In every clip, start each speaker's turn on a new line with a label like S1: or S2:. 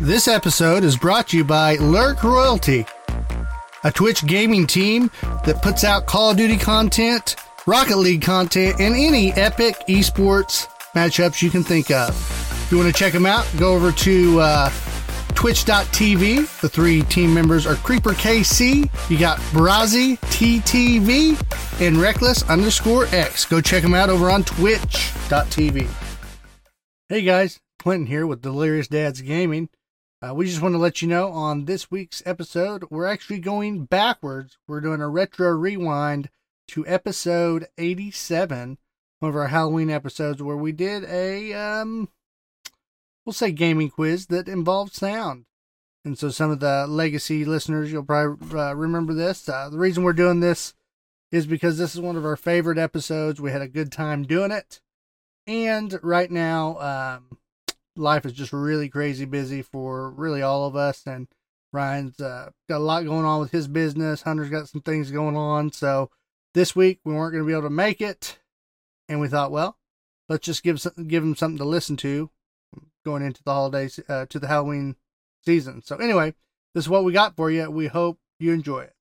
S1: This episode is brought to you by Lurk Royalty, a Twitch gaming team that puts out Call of Duty content, Rocket League content, and any epic esports matchups you can think of. If you want to check them out, go over to uh, twitch.tv. The three team members are Creeper KC, you got Brazi TTV, and Reckless underscore X. Go check them out over on twitch.tv. Hey guys, Clinton here with Delirious Dads Gaming. Uh, we just want to let you know on this week's episode, we're actually going backwards. We're doing a retro rewind to episode 87, one of our Halloween episodes, where we did a, um, we'll say gaming quiz that involved sound. And so some of the legacy listeners, you'll probably uh, remember this. Uh, the reason we're doing this is because this is one of our favorite episodes. We had a good time doing it. And right now, um, life is just really crazy busy for really all of us. And Ryan's uh, got a lot going on with his business. Hunter's got some things going on. So this week we weren't going to be able to make it, and we thought, well, let's just give some- give him something to listen to going into the holidays uh, to the Halloween season. So anyway, this is what we got for you. We hope you enjoy it.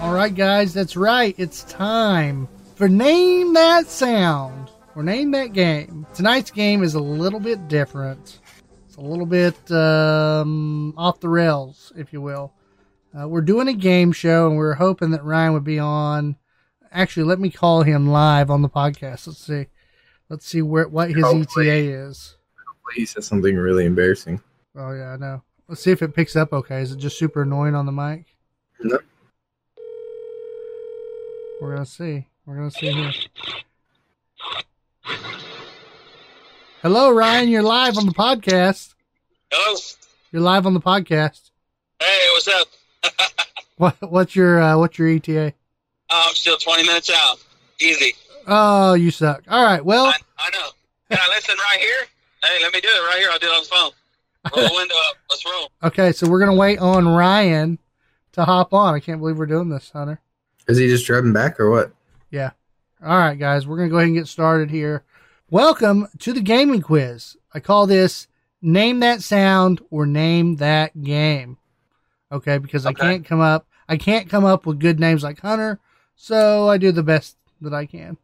S1: All right, guys, that's right. It's time for Name That Sound or Name That Game. Tonight's game is a little bit different. It's a little bit um, off the rails, if you will. Uh, we're doing a game show, and we are hoping that Ryan would be on. Actually, let me call him live on the podcast. Let's see. Let's see where what his
S2: Hopefully.
S1: ETA is.
S2: He said something really embarrassing.
S1: Oh yeah, I know. Let's see if it picks up okay. Is it just super annoying on the mic?
S2: No.
S1: We're gonna see. We're gonna see here. Hello, Ryan. You're live on the podcast.
S3: Hello.
S1: You're live on the podcast.
S3: Hey, what's up?
S1: What, what's your uh, what's your ETA?
S3: Oh, I'm still 20 minutes out. Easy.
S1: Oh, you suck. All right. Well,
S3: I, I know. Can I listen right here? Hey, let me do it right here. I'll do it on the phone. Roll the window up. Let's roll.
S1: okay. So we're gonna wait on Ryan to hop on. I can't believe we're doing this, Hunter.
S2: Is he just driving back or what?
S1: All right, guys, we're going to go ahead and get started here. Welcome to the gaming quiz. I call this Name That Sound or Name That Game. Okay, because
S3: Okay.
S1: I can't come up I can't come up with good names like Hunter, so I do the best that I can.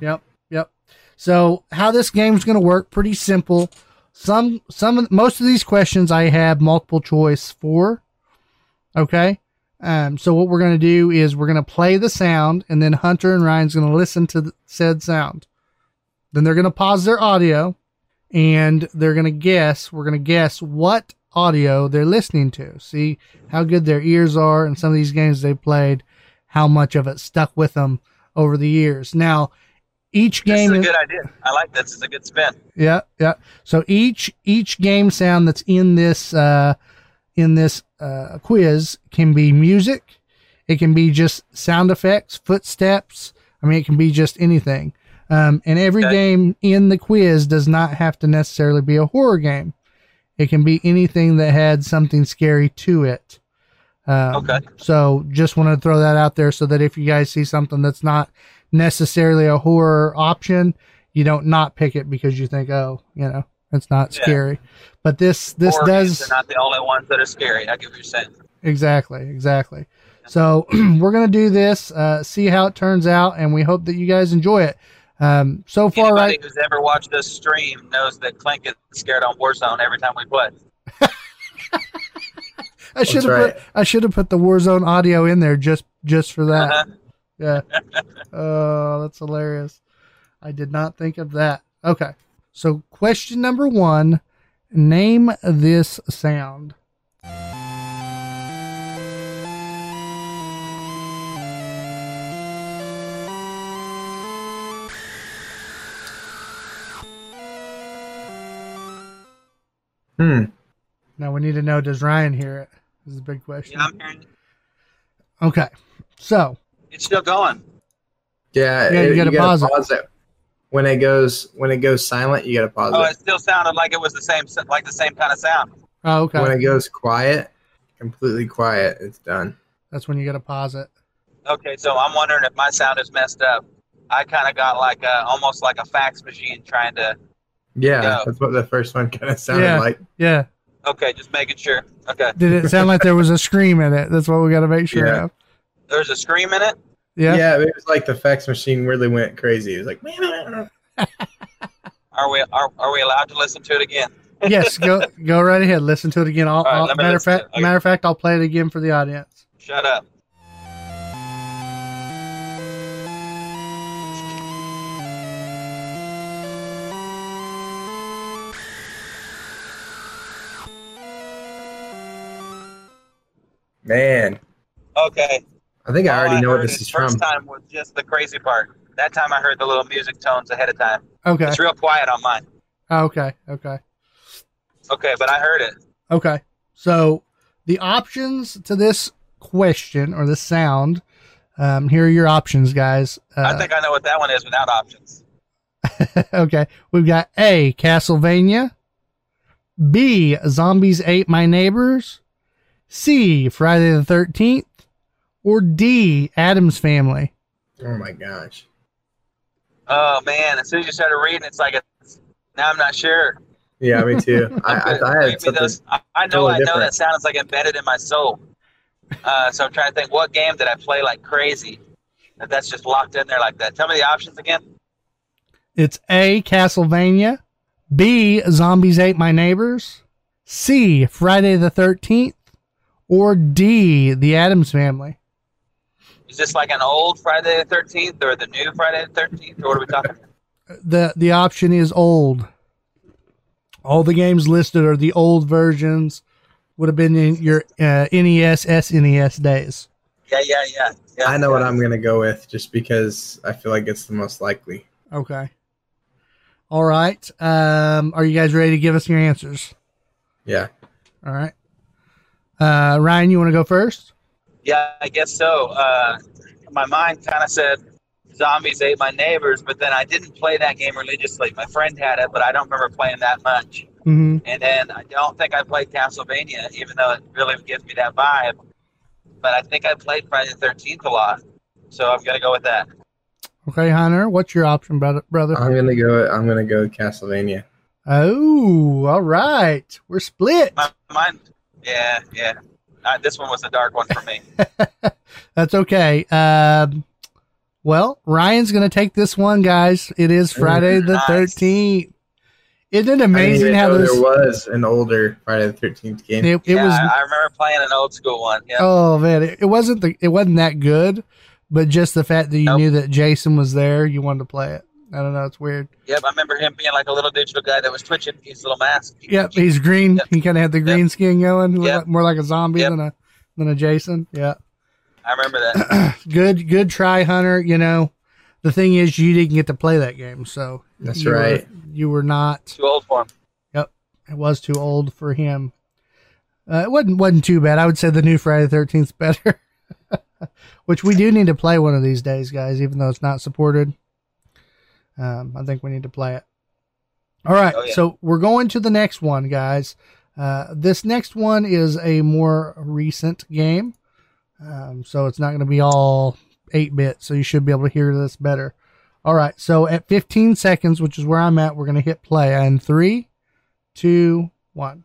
S1: yep, yep. So, how this game's going to work pretty simple. Some some of- most of these questions I have multiple choice for. Okay? Um, so what we're going to do is we're going to play the sound, and then Hunter and Ryan's going to listen to the said sound. Then they're going to pause their audio, and they're going to guess. We're going to guess what audio they're listening to. See how good their ears are, and some of these games they played, how much of it stuck with them over the years. Now, each game is-
S3: idea. I like this. It's a good spin.
S1: yeah, yeah. So each each game sound that's in this uh, in this uh, quiz can be music. It can be just sound effects, footsteps. I mean, it can be just anything. Um, and every
S3: Okay.
S1: game in the quiz does not have to necessarily be a horror game. It can be anything that had something scary to it. Um,
S3: Okay.
S1: So just want to throw that out there so that if you guys see something that's not necessarily a horror option, you don't not pick it because you think, oh, you know, it's not
S3: Yeah.
S1: scary. But this this does
S3: not the only ones that are scary. I give you a sense.
S1: Exactly, exactly. So we're gonna do this, uh, see how it turns out, and we hope that you guys enjoy it. Um, so far,
S3: Anybody
S1: right?
S3: who's ever watched us stream knows that Clint gets scared on Warzone every time we play.
S1: I should have
S2: right.
S1: put I should have put the Warzone audio in there just just for that.
S3: Uh-huh.
S1: Yeah. Oh, that's hilarious. I did not think of that. Okay. So, question number one Name this sound.
S2: Hmm.
S1: Now, we need to know does Ryan hear it? This is a big question.
S3: Yeah, I'm hearing
S1: Okay. So,
S3: it's still going.
S2: Yeah.
S1: Yeah, you gotta pause it.
S2: it. When it goes when it goes silent, you gotta pause
S3: Oh,
S1: Uh,
S2: it.
S3: it still sounded like it was the same, like the same kind of sound.
S1: oh, okay.
S2: When it goes quiet, completely quiet, it's done.
S1: that's when you got to pause it.
S3: Okay, so I'm wondering if my sound is messed up. I kind of got like a, almost like a fax machine trying to.
S2: Yeah,
S3: Yeah.
S2: that's what the first one kind of sounded
S1: Yeah.
S2: like.
S1: Yeah.
S3: Okay, just making sure. Okay,
S1: Did it sound like there was a scream in it? That's what we got to make sure
S2: Yeah.
S1: of.
S3: there's a scream in it.
S1: Yeah.
S2: Yeah, it was like the fax machine really went crazy. It was like,
S3: Are we are, are we allowed to listen to it again?
S1: yes. Go go right ahead. Listen to it again. I'll,
S3: All right,
S1: I'll-
S3: let me
S1: matter of
S3: listen to
S1: fact,
S3: it. Okay.
S1: matter of fact, I'll play it again for the audience.
S3: Shut up.
S2: man,
S3: Okay.
S2: I think I
S3: all
S2: already know what
S3: Oh, heard
S2: this
S3: the
S2: is from.
S3: First time was just the crazy part. That time I heard the little music tones ahead of time.
S1: Okay. Oh,
S3: It's real quiet on mine.
S1: Okay. Okay.
S3: Okay, but I heard it.
S1: Okay. So the options to this question or this sound, um, here are your options, guys. Uh,
S2: Uh.
S3: I think I know what that one is without options.
S1: okay. We've got A, Castlevania. B, Zombies Ate My Neighbors. C, Friday the 13th. Or D, Adam's Family.
S2: Oh my gosh.
S3: Oh man! As soon as you started reading, it's like it's, now I'm not sure.
S2: Yeah, me too. I, I, I had
S3: Maybe
S2: something.
S3: those- I, I know,
S2: totally
S3: I know
S2: different.
S3: that sounds like embedded in my soul. Uh, so I'm trying to think, what game did I play like crazy? That that's just locked in there like that. Tell me the options again.
S1: It's A, Castlevania. B, Zombies Ate My Neighbors. C, Friday the 13th. Or D, The Adams Family.
S3: Is this like an old Friday the Thirteenth or the new Friday the Thirteenth, or what are we talking? about?
S1: the the option is old. All the games listed are the old versions. Would have been in your uh, NES, SNES E days.
S3: Yeah, yeah, yeah, yeah.
S2: I know what I'm gonna go with just because I feel like it's the most likely.
S1: Okay. All right. Um, are you guys ready to give us your answers?
S2: Yeah.
S1: All right. Uh, Ryan, you want to go first?
S3: Yeah, I guess so. Uh, my mind kind of said zombies ate my neighbors, but then I didn't play that game religiously. My friend had it, but I don't remember playing that much.
S1: Mm-hmm.
S3: And then I don't think I played Castlevania, even though it really gives me that vibe. But I think I played Friday the 13th a lot. So I'm going to go with that.
S1: Okay, Hunter, what's your option, brother? brother?
S2: I'm gonna go I'm gonna go Castlevania.
S1: oh, all right. We're split.
S3: My mind, yeah, yeah. Uh, this one was a dark one for me.
S1: That's okay. Um, well, Ryan's going to take this one, guys. It is Friday the
S3: Nice.
S1: 13th. Isn't it
S2: I didn't
S1: amazing
S2: even
S1: how
S2: know
S1: this?
S2: there was an older Friday the Thirteenth game.
S1: It, it
S3: yeah,
S1: was.
S3: I, I remember playing an old school one. Yeah.
S1: oh man, it, it wasn't the. It wasn't that good, but just the fact that you
S3: Nope.
S1: knew that Jason was there, you wanted to play it. I don't know. It's weird.
S3: Yep, I remember him being like a little digital guy that was twitching his little mask.
S1: Yep, he's green.
S3: Yep.
S1: He kind of had the green skin going, He looked
S3: Yep.
S1: like- more like a zombie
S3: Yep.
S1: than a than a Jason. Yeah.
S3: I remember that.
S1: good good try hunter you know the thing is you didn't get to play that game so
S2: That's
S1: you were-
S2: right.
S1: you were not
S3: Too old for him.
S1: it was too old for him uh, it wasn't wasn't too bad i would say the new friday the 13th is better which we do need to play one of these days guys even though it's not supported um, i think we need to play it all right
S3: Oh, yeah.
S1: so we're going to the next one guys uh, this next one is a more recent game um, so it's not going to be all 8 bit, so you should be able to hear this better. All right, so at 15 seconds, which is where I'm at, we're going to hit play. And three, two, one.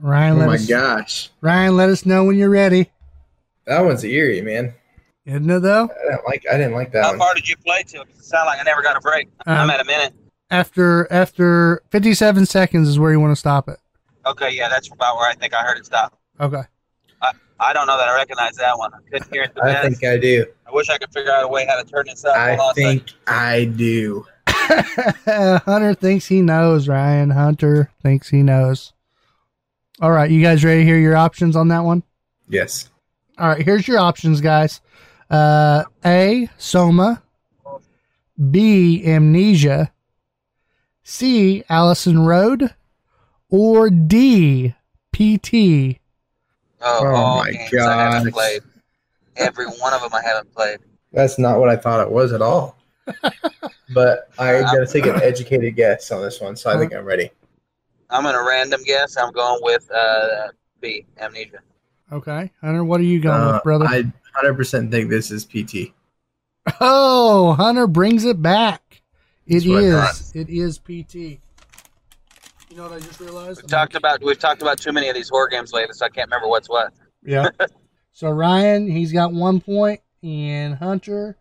S1: Ryan,
S2: oh
S1: let
S2: my
S1: us,
S2: gosh,
S1: Ryan, let us know when you're ready.
S2: that one's eerie, man.
S1: Isn't it though?
S2: I didn't like. I didn't like that
S3: How
S2: one.
S3: far did you play to? It sounded like I never got a break. I'm
S1: Um,
S3: at a minute.
S1: after after 57 seconds is where you want to stop it.
S3: Okay, yeah, that's about where I think I heard it stop.
S1: Okay.
S3: I don't know that I recognize that one. I couldn't hear it the
S2: I
S3: best.
S2: think I do.
S3: I wish I could figure out a way how to turn this up.
S2: I
S3: Hold on a second.
S2: think I do.
S1: Hunter thinks he knows. Ryan Hunter thinks he knows. All right, you guys ready to hear your options on that one?
S2: Yes.
S1: All right, here's your options, guys. Uh, A. Soma. B. Amnesia. C. Allison Road. Or D. PT.
S3: Oh,
S2: Oh
S3: all
S2: my
S3: games I haven't
S2: gosh.
S3: played. Every one of them I haven't played.
S2: That's not what I thought it was at all. but I gotta take an educated guess on this one, so I think I'm ready.
S3: I'm in a random guess. I'm going with uh, B, Amnesia.
S1: Okay, Hunter, what are you going
S2: Uh,
S1: with, brother?
S2: I 100% think this is PT.
S1: Oh, Hunter brings it back. It
S2: That's what I
S1: is. It is PT. You know what I just realized?
S3: We've talked about we've talked about too many of these horror games lately, so I can't remember what's what.
S1: Yeah. so Ryan, he's got one point, and Hunter,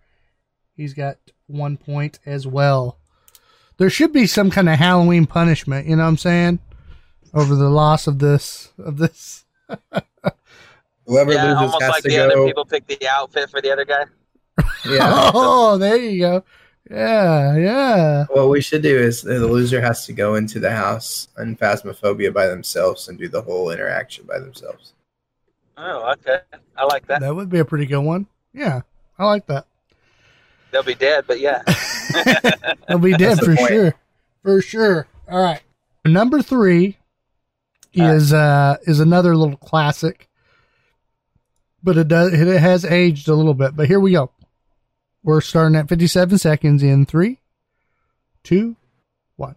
S1: he's got one point as well. There should be some kind of Halloween punishment. You know what I'm saying? Over the loss of this of this.
S2: Whoever
S3: Yeah,
S2: loses
S3: almost
S2: has
S3: like
S2: to
S3: the other
S2: go.
S3: people pick the outfit for the other guy.
S2: Yeah.
S1: Oh, there you go. Yeah, yeah.
S2: what we should do is the loser has to go into the house and phasmophobia by themselves and do the whole interaction by themselves.
S3: Oh, okay. I like that.
S1: That would be a pretty good one. Yeah, I like that.
S3: They'll be dead, but yeah.
S1: I'll be dead
S2: That's the
S1: for
S2: point.
S1: sure. For sure. All right. Number three is uh is another little classic. But it does it has aged a little bit. But here we go. We're starting at fifty seven seconds in three, two, one.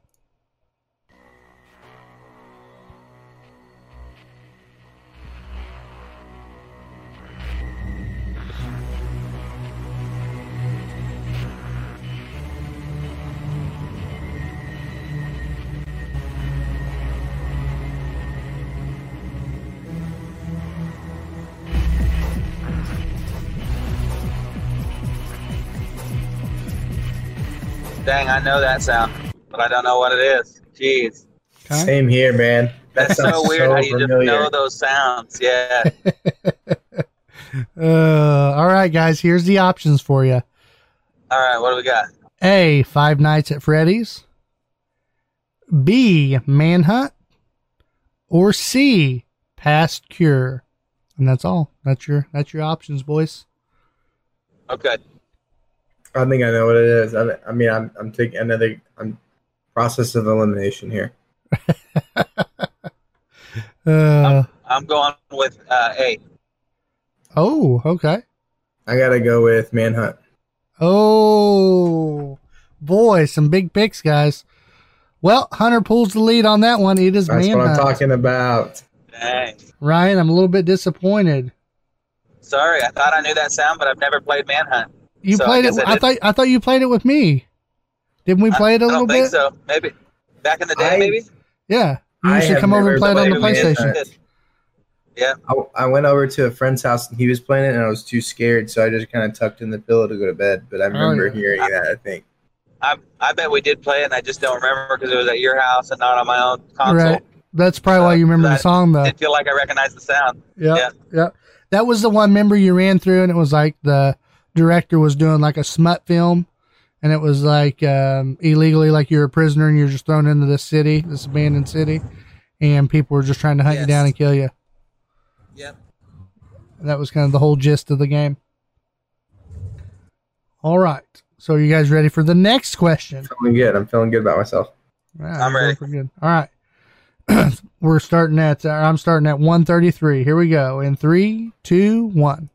S3: Dang, I know that sound, but I don't know what it is. Jeez.
S1: Okay.
S2: Same here, man. That
S3: That's
S2: sounds
S3: so weird how you
S2: familiar.
S3: just know those sounds. Yeah.
S1: Uh all right guys, here's the options for you.
S3: All right, what do we got?
S1: A. Five Nights at Freddy's. B. Manhunt. Or C. Past Cure. And that's all. That's your that's your options, boys.
S3: Okay.
S2: I think I know what it is. I, I mean, I'm, I'm taking another. I'm process of elimination here.
S1: Uh,
S3: I'm going with uh, A.
S1: oh, okay.
S2: I gotta go with manhunt.
S1: Oh, boy, some big picks, guys. Well, Hunter pulls the lead on that one. It is
S2: That's what I'm
S1: Manhunt.
S2: talking about.
S3: Dang.
S1: Ryan, I'm a little bit disappointed.
S3: Sorry, I thought I knew that sound, but I've never played Manhunt.
S1: You
S3: So I
S1: played it.
S3: guess I
S1: I
S3: did-
S1: thought I thought you played it with me. Didn't we play it a
S3: I
S1: little
S3: don't
S1: bit?
S3: think so. Maybe back in the day,
S2: I-
S3: maybe.
S1: Yeah. You
S2: I
S1: used to
S2: have
S1: come over and play
S2: never
S1: it on the
S2: played it with
S1: PlayStation.
S2: Manhunt.
S3: Yeah.
S2: I, I went over to a friend's house and he was playing it, and I was too scared, so I just kind of tucked in the pillow to go to bed. But I remember
S1: Oh, yeah.
S2: hearing that. I think
S3: I I bet we did play it, and I just don't remember because it was at your house and not on my own console.
S1: Right. That's probably why
S3: Uh,
S1: you remember the
S3: that-
S1: song, though.
S3: Didn't feel like I recognized the sound.
S1: Yeah, yeah. That was the one. Remember, you ran through, and it was like the director was doing like a smut film, and it was like um, illegally, like you're a prisoner and you're just thrown into this city, this abandoned city, and people were just trying to hunt you
S3: Yes.
S1: down and kill you.
S3: Yep.
S1: That was kind of the whole gist of the game. All right. So, you guys ready for the next question?
S2: I'm feeling good. I'm feeling good about myself.
S1: Yeah,
S3: I'm
S1: we're
S3: ready.
S1: doing pretty good. All right. We're starting at, uh, I'm starting at 133. Here we go. In three, two, one.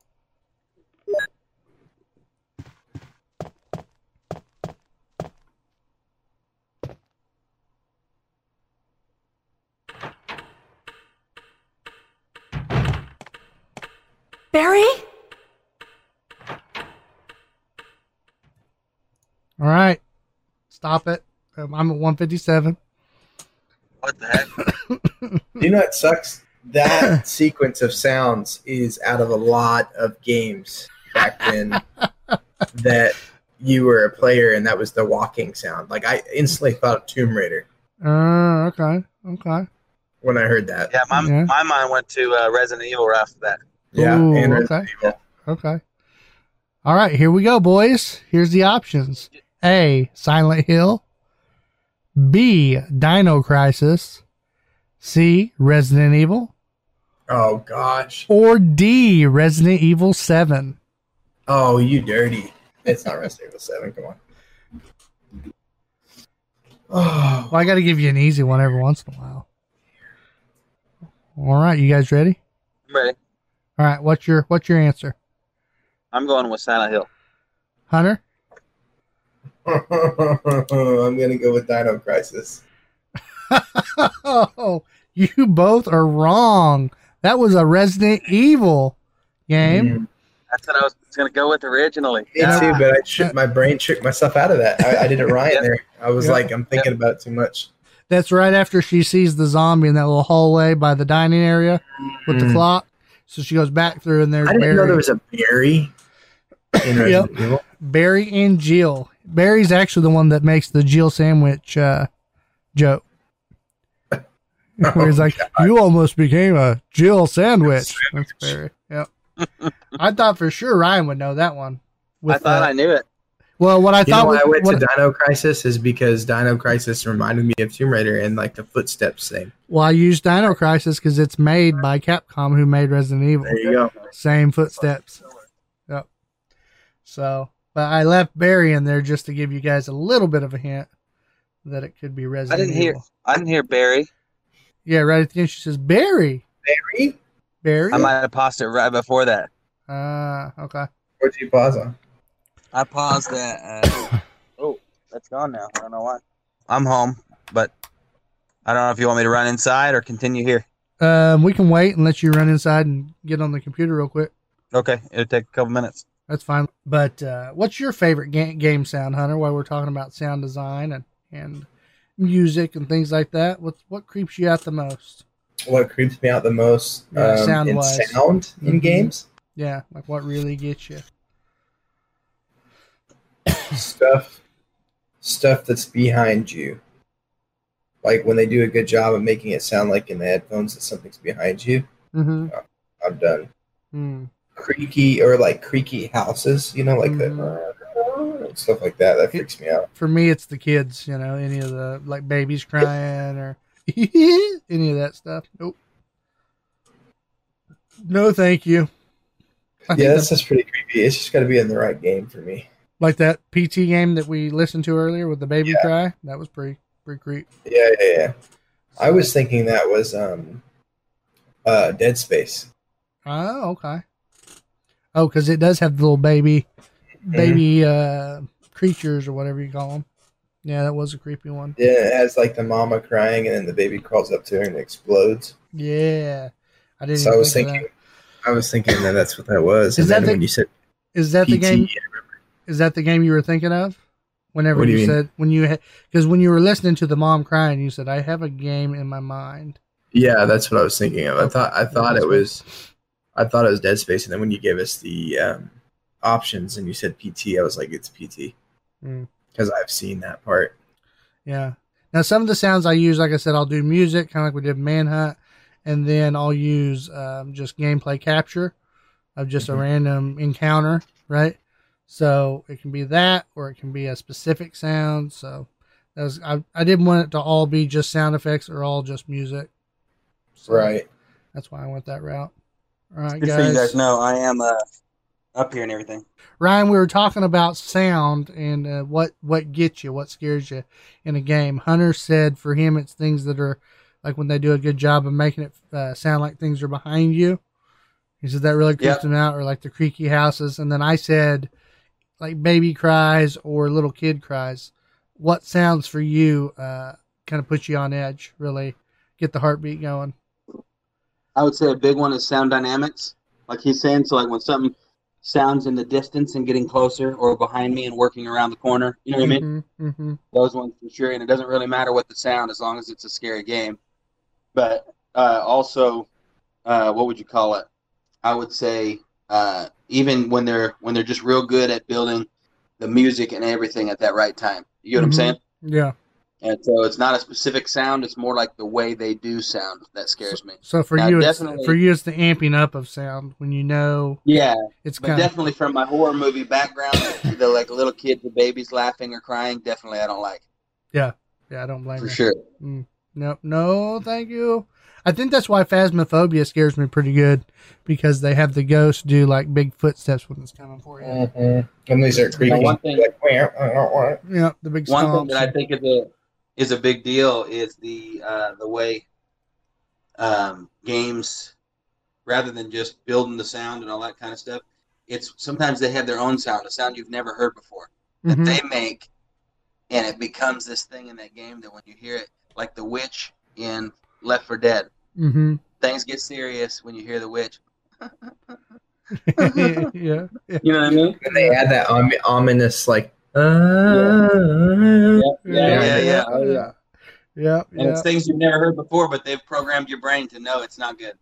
S4: Barry?
S1: All right. Stop it. Um, I'm at 157.
S3: What the heck?
S2: you know what sucks? that sequence of sounds is out of a lot of games back then that you were a player and that was the walking sound. Like I instantly thought of Tomb Raider
S1: Uh, okay. Okay.
S2: when I heard that.
S3: Yeah, my,
S1: Yeah.
S3: my mind went to uh, Resident Evil right after that.
S2: Yeah,
S1: Ooh,
S2: and
S1: okay.
S2: Resident Evil.
S1: Okay. All right, here we go, boys. Here's the options A. Silent Hill. B. Dino Crisis. C. Resident Evil.
S2: Oh gosh.
S1: Or D. Resident Evil 7.
S2: Oh, you dirty. It's not Resident Evil Seven. Come on. Oh,
S1: Well, I got to give you an easy one every once in a while. All right, you guys ready?
S3: I'm ready.
S1: All right, what's your what's your answer,
S3: I'm going with Silent Hill.
S1: Hunter?
S2: I'm gonna go with Dino Crisis.
S1: oh, you both are wrong. That was a Resident Evil game.
S2: Mm,
S3: That's what I was going to go with originally.
S2: Me
S1: Yeah.
S2: too, but I tri- my brain tricked myself out of that. I, I did it right
S3: Yeah.
S2: there. I was
S1: Yeah.
S2: like, I'm thinking about it too much.
S1: That's right after she sees the zombie in that little hallway by the dining area with the
S2: Mm.
S1: clock. So she goes back through, and there's
S2: I didn't
S1: Barry,
S2: know there was a Barry in Resident Evil.
S1: Barry and Jill. Barry's actually the one that makes the Jill sandwich uh, joke, where he's like, "You almost became a Jill sandwich." That's Barry. Yep. I thought for sure Ryan would know that one.
S3: I thought
S1: uh,
S3: I knew it.
S1: well, what I
S2: You know
S1: thought
S2: why I
S1: was,
S2: went
S1: what,
S2: to Dino Crisis is because Dino Crisis reminded me of Tomb Raider and like the footsteps thing.
S1: well, I used Dino Crisis because it's made by Capcom, who made Resident Evil.
S2: There you go.
S1: Same footsteps. Yep. So, but I left Barry in there just to give you guys a little bit of a hint that it could be Resident
S3: didn't hear-
S1: Evil.
S3: I didn't hear Barry.
S1: Yeah, right at the end she says Barry,
S2: Barry?
S1: Barry.
S3: I might have paused it right before that.
S1: Ah, okay.
S2: Where'd you pause on?
S3: I paused that. Uh, oh, that's gone now. I don't know why. I'm home, but I don't know if you want me to run inside or continue here.
S1: Um, we can wait and let you run inside and get on the computer real quick.
S3: Okay, it'll take a couple minutes.
S1: That's fine. But uh, what's your favorite ga- game sound, Hunter? While we're talking about sound design and and music and things like that, what what creeps you out the most?
S2: What creeps me out the most
S1: Yeah,
S2: um, in
S1: sound-wise.
S2: sound in
S1: Mhm.
S2: games?
S1: Yeah, like what really gets you?
S2: Stuff stuff that's behind you. Like when they do a good job of making it sound like in the headphones that something's behind you.
S1: Mm-hmm.
S2: I'm done.
S1: Mm.
S2: Creaky or like creaky houses, you know, like
S1: Mm-hmm.
S2: the stuff like that. That freaks me out.
S1: for me it's the kids you know any of the like babies crying or any of that stuff nope no thank you I think
S2: Yeah,
S1: that's
S2: that's just pretty creepy. It's just got to be in the right game for me.
S1: like that pt game that we listened to earlier with the baby
S2: Yeah.
S1: cry that was pretty pretty creep
S2: Yeah, yeah, yeah. I was thinking that was um, uh, Dead Space.
S1: oh okay oh because it does have the little baby
S2: Mm-hmm.
S1: baby uh creatures or whatever you call them yeah that was a creepy one
S2: Yeah, it has like the mama crying, and then the baby crawls up to her and explodes.
S1: yeah i didn't
S2: So I
S1: even
S2: was
S1: think of
S2: thinking, I was thinking that that's what that
S1: Is
S2: was. and
S1: that
S2: then
S1: the-
S2: when you said
S1: that.
S2: E,
S1: is that the
S2: PT,
S1: game Is that the game you were thinking of? Whenever
S2: What do
S1: you,
S2: you mean?
S1: said when you had because when you were listening to the mom crying, you said, "I have a game in my mind."
S2: yeah, that's what I was thinking of. I thought I thought
S1: Dead
S2: it was, I thought it was Dead Space, and then when you gave us the um, options and you said PT, I was like, it's PT
S1: Mm.
S2: because I've seen that part.
S1: Yeah. Now some of the sounds I use, like I said, I'll do music, kind of like we did Manhunt, and then I'll use um, just gameplay capture of just a
S3: Mm-hmm.
S2: Mhm.
S1: random encounter, right? So it can be that, or it can be a specific sound. So that was, I I didn't want it to all be just sound effects or all just music. So
S2: Right.
S1: That's why I went that route. All right,
S3: Just so you guys know, I am uh, up here and everything.
S1: Ryan, we were talking about sound and uh, what what gets you, what scares you in a game. Hunter said for him, it's things that are like when they do a good job of making it uh, sound like things are behind you. He said that really creeps
S3: Yep.
S1: him out, or like the creaky houses. And then I said, like baby cries or little kid cries. What sounds for you uh, kind of put you on edge? Really get the heartbeat going.
S3: I would say a big one is sound dynamics, like he's saying. So, like when something sounds in the distance and getting closer, or behind me and working around the corner. You know what I mean?
S1: Mm-hmm, mm-hmm.
S3: Those ones for sure. And it doesn't really matter what the sound, as long as it's a scary game. But uh, also, uh, what would you call it? I would say uh, even when they're when they're just real good at building the music and everything at that right time. You know what
S1: Mhm.
S3: I'm saying?
S1: Yeah.
S3: And so it's not a specific sound; it's more like the way they do sound that scares me.
S1: So for
S3: Now,
S1: you, it's,
S3: definitely-
S1: for you, it's the amping up of sound when you know
S3: Yeah,
S1: it's
S3: but
S1: kind of
S3: definitely from my horror movie background, the like little kids or babies laughing or crying, definitely I don't like
S1: yeah. I don't blame
S3: for
S1: you.
S3: sure.
S1: No, no, thank you. I think that's why phasmophobia scares me pretty good because they have the ghost do like big footsteps when it's coming for you.
S2: Mm-hmm. And these are creepy.
S3: one thing-
S2: like, "Meow, I don't want it."
S1: Yeah, the big
S3: One thing
S1: stomps.
S3: that I think is a is a big deal is the uh, the way um, games, rather than just building the sound and all that kind of stuff, it's sometimes they have their own sound, a sound you've never heard before that
S1: Mhm.
S3: they make, and it becomes this thing in that game that when you hear it, like the witch in Left for Dead,
S1: Mhm.
S3: things get serious when you hear the witch.
S1: mm-hmm. yeah. yeah.
S3: You know what I mean?
S2: And they add that om- ominous, like, Ah.
S3: Yeah, yeah, yeah.
S2: Oh, yeah.
S1: Yeah,
S3: And
S1: yeah.
S3: it's things you've never heard before, but they've programmed your brain to know it's not good.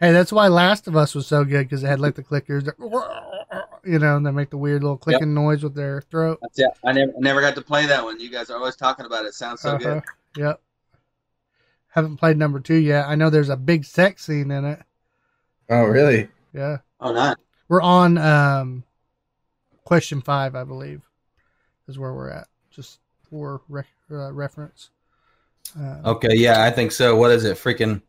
S1: Hey, that's why Last of Us was so good because it had like the clickers, that- you know, and they make the weird little clicking noise with their throat.
S3: That's it. I never, I never got to play that one. You guys are always talking about it. It sounds so
S1: Uh-huh.
S3: good.
S1: Yep. Haven't played number two yet. I know there's a big sex scene in it.
S2: oh, really?
S1: Yeah.
S3: Oh, not.
S1: We're on um, question five, I believe, is where we're at. Just for re- uh, reference. Uh,
S5: Okay, yeah, I think so. What is it? Freaking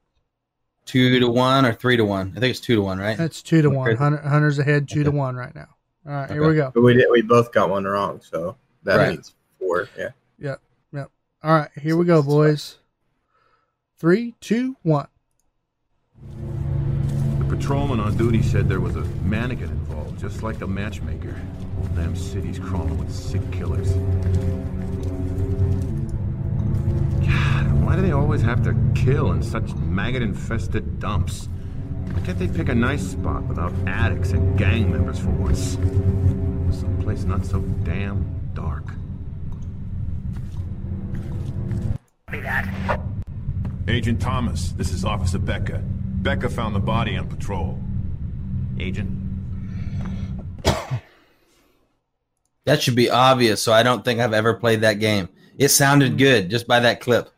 S5: two to one or three to one? I think it's two to one, right?
S1: That's two to one.
S5: Crazy.
S1: Hunter, Hunter's ahead, two to
S5: Okay.
S1: one right now. All right, here
S5: Okay.
S1: we go.
S2: But we did, we both got one wrong, so that
S5: Right.
S2: means four. Yeah.
S1: All right, here we go, boys. Three, two, one.
S6: The patrolman on duty said there was a mannequin involved, just like the matchmaker. Damn city's crawling with sick killers. God, why do they always have to kill in such maggot infested dumps? Why can't they pick a nice spot without addicts and gang members for once? Someplace not so damn dark.
S7: Agent Thomas, this is Officer Becca. Becca found the body on patrol.
S6: Agent?
S5: That should be obvious. So I don't think I've ever played that game. It sounded good just by that clip.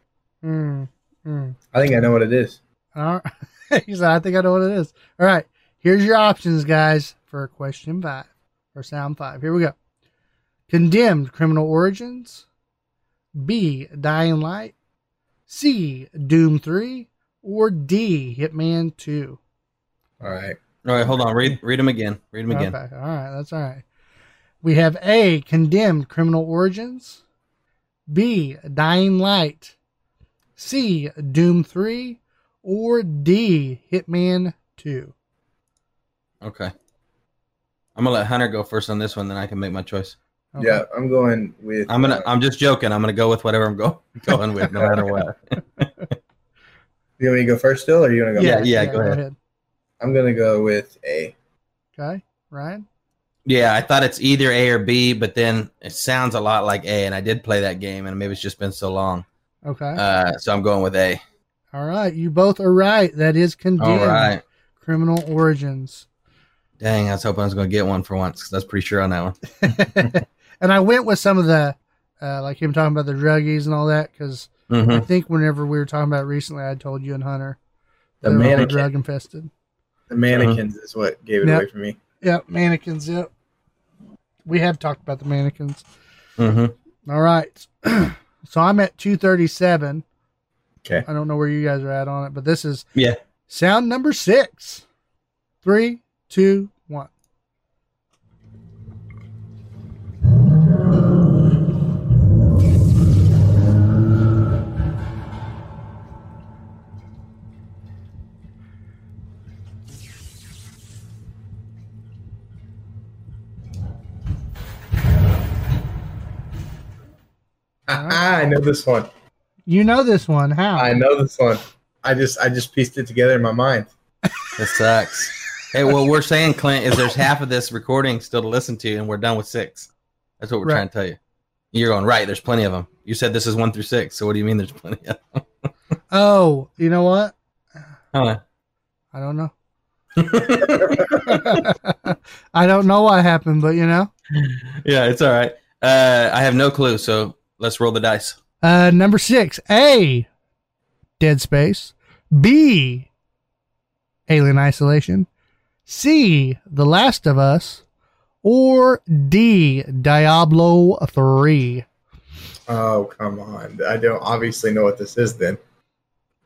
S1: Mm, mm.
S2: I think I know what it is.
S1: All right. He's like, I think I know what it is. All right, here's your options, guys, for question five or sound five. Here we go. Condemned criminal origins. B. Dying Light. C. Doom three. Or D. Hitman two.
S2: All right.
S5: All right, hold on. Read read them again. Read them again.
S1: Okay. All right. That's all right. We have A, condemned criminal origins. B, dying light. C, Doom 3. Or D, Hitman 2.
S5: Okay. I'm gonna let Hunter go first on this one, then I can make my choice.
S1: Okay.
S2: Yeah, I'm going with.
S5: I'm gonna.
S2: uh,
S5: I'm just joking. I'm gonna go with whatever I'm go, going with, no matter what.
S2: you want me to go first still, or you want to go?
S5: Yeah.
S2: back?
S5: go ahead.
S2: I'm gonna go with A.
S1: Okay. Ryan?
S5: Yeah, I thought it's either A or B, but then it sounds a lot like A, and I did play that game, and maybe it's just been so long.
S1: Okay.
S5: Uh, so I'm going with A.
S1: all right. You both are right. That is
S5: All
S1: condemned
S5: right.
S1: criminal origins.
S5: Dang, I was hoping I was going to get one for once because I was pretty sure on that one.
S1: and I went with some of the, uh, like him talking about the druggies and all that, because I
S5: Mhm.
S1: think whenever we were talking about it recently, I told you and Hunter
S2: The
S1: they were all
S2: mannequin.
S1: drug infested.
S2: The mannequins
S5: Uh-huh.
S2: is what gave it
S1: Yep.
S2: away for me.
S1: Yep, mannequins. Yep, we have talked about the mannequins.
S5: Mhm.
S2: Mm-hmm.
S1: All right, so I'm at two thirty seven.
S2: Okay.
S1: I don't know where you guys are at on it, but this is
S5: Yeah.
S1: sound number six. Three, two, one.
S2: I know this one.
S1: You know this one? How?
S2: I know this one. I just I just pieced it together in my mind.
S5: That sucks. hey, what we're saying, Clint, is there's half of this recording still to listen to, and we're done with six. That's what we're
S1: Right.
S5: trying to tell you. You're going right. There's plenty of them. You said this is one through six. So what do you mean there's plenty of?
S1: Oh, you know what?
S5: Huh.
S1: I don't know. I don't know what happened, but you know.
S5: Yeah, it's all right. Uh, I have no clue, so let's roll the dice.
S1: Uh, number six, A, Dead Space. B, Alien Isolation. C, The Last of Us. Or D, Diablo 3.
S2: Oh, come on. I don't obviously know what this is then.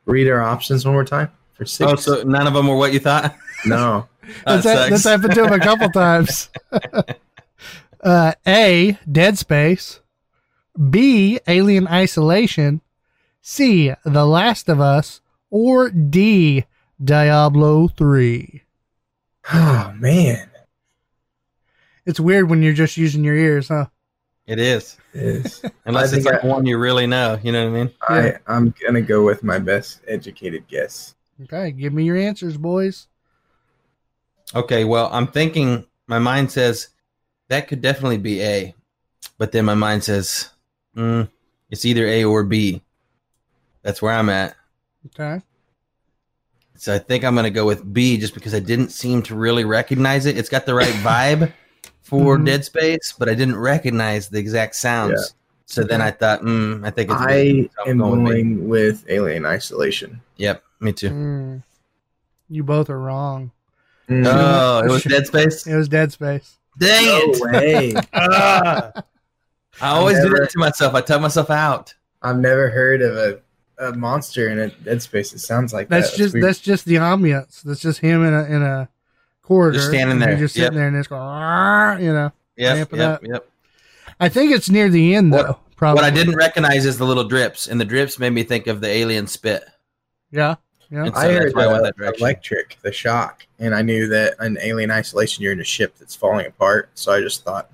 S2: Read our options one more time for six.
S5: Oh, so none of them were what you thought?
S2: no.
S5: That
S1: That's, that,
S5: sucks.
S1: that's happened to him a couple times. uh, A, Dead Space. B, Alien Isolation. C, The Last of Us. Or D, Diablo 3.
S2: Oh, man.
S1: It's weird when you're just using your ears, huh?
S5: It is.
S2: This-
S5: Unless
S2: I
S5: it's
S2: think
S5: like
S2: I-
S5: one you really know. You know what I mean?
S2: I, I'm going to go with my best educated guess.
S1: Okay, give me your answers, boys.
S5: Okay, well, I'm thinking, my mind says that could definitely be A, but then my mind says mm, it's either A or B. That's where I'm at.
S1: Okay.
S5: So I think I'm going to go with B just because I didn't seem to really recognize it. It's got the right vibe for
S2: Mm-hmm.
S1: Mhm.
S5: Dead Space, but I didn't recognize the exact sounds. So then I thought, mm, I think it's B.
S2: I
S5: So I'm
S2: am
S5: going with B.
S2: going with Alien Isolation.
S5: Yep, me too.
S1: Hmm. You both are wrong.
S5: Oh, it was Dead Space?
S1: It was Dead Space.
S5: Dang
S2: no
S5: it.
S2: way.
S5: I always do
S2: Never.
S5: that to myself. I tell myself out.
S2: I've never heard of a, a monster in a dead space. It sounds like
S1: That's
S2: that.
S1: just
S2: weird.
S1: that's just the ambiance. That's just him in a in a corridor.
S5: Just standing
S1: and
S5: there.
S1: You're just sitting
S5: Yep.
S1: there and it's going, "Arr," you know.
S5: Yep,
S1: Ramp it
S5: yep,
S1: up.
S5: yep.
S1: I think it's near the end
S5: What-
S1: though. Probably.
S5: What I didn't recognize is the little drips, and the drips made me think of the alien spit.
S1: Yeah. Yeah.
S5: And so
S2: I
S5: that's
S2: heard
S5: why I went
S2: the
S5: that direction.
S2: electric, the shock, and I knew that in Alien Isolation you're in a ship that's falling apart. So I just thought,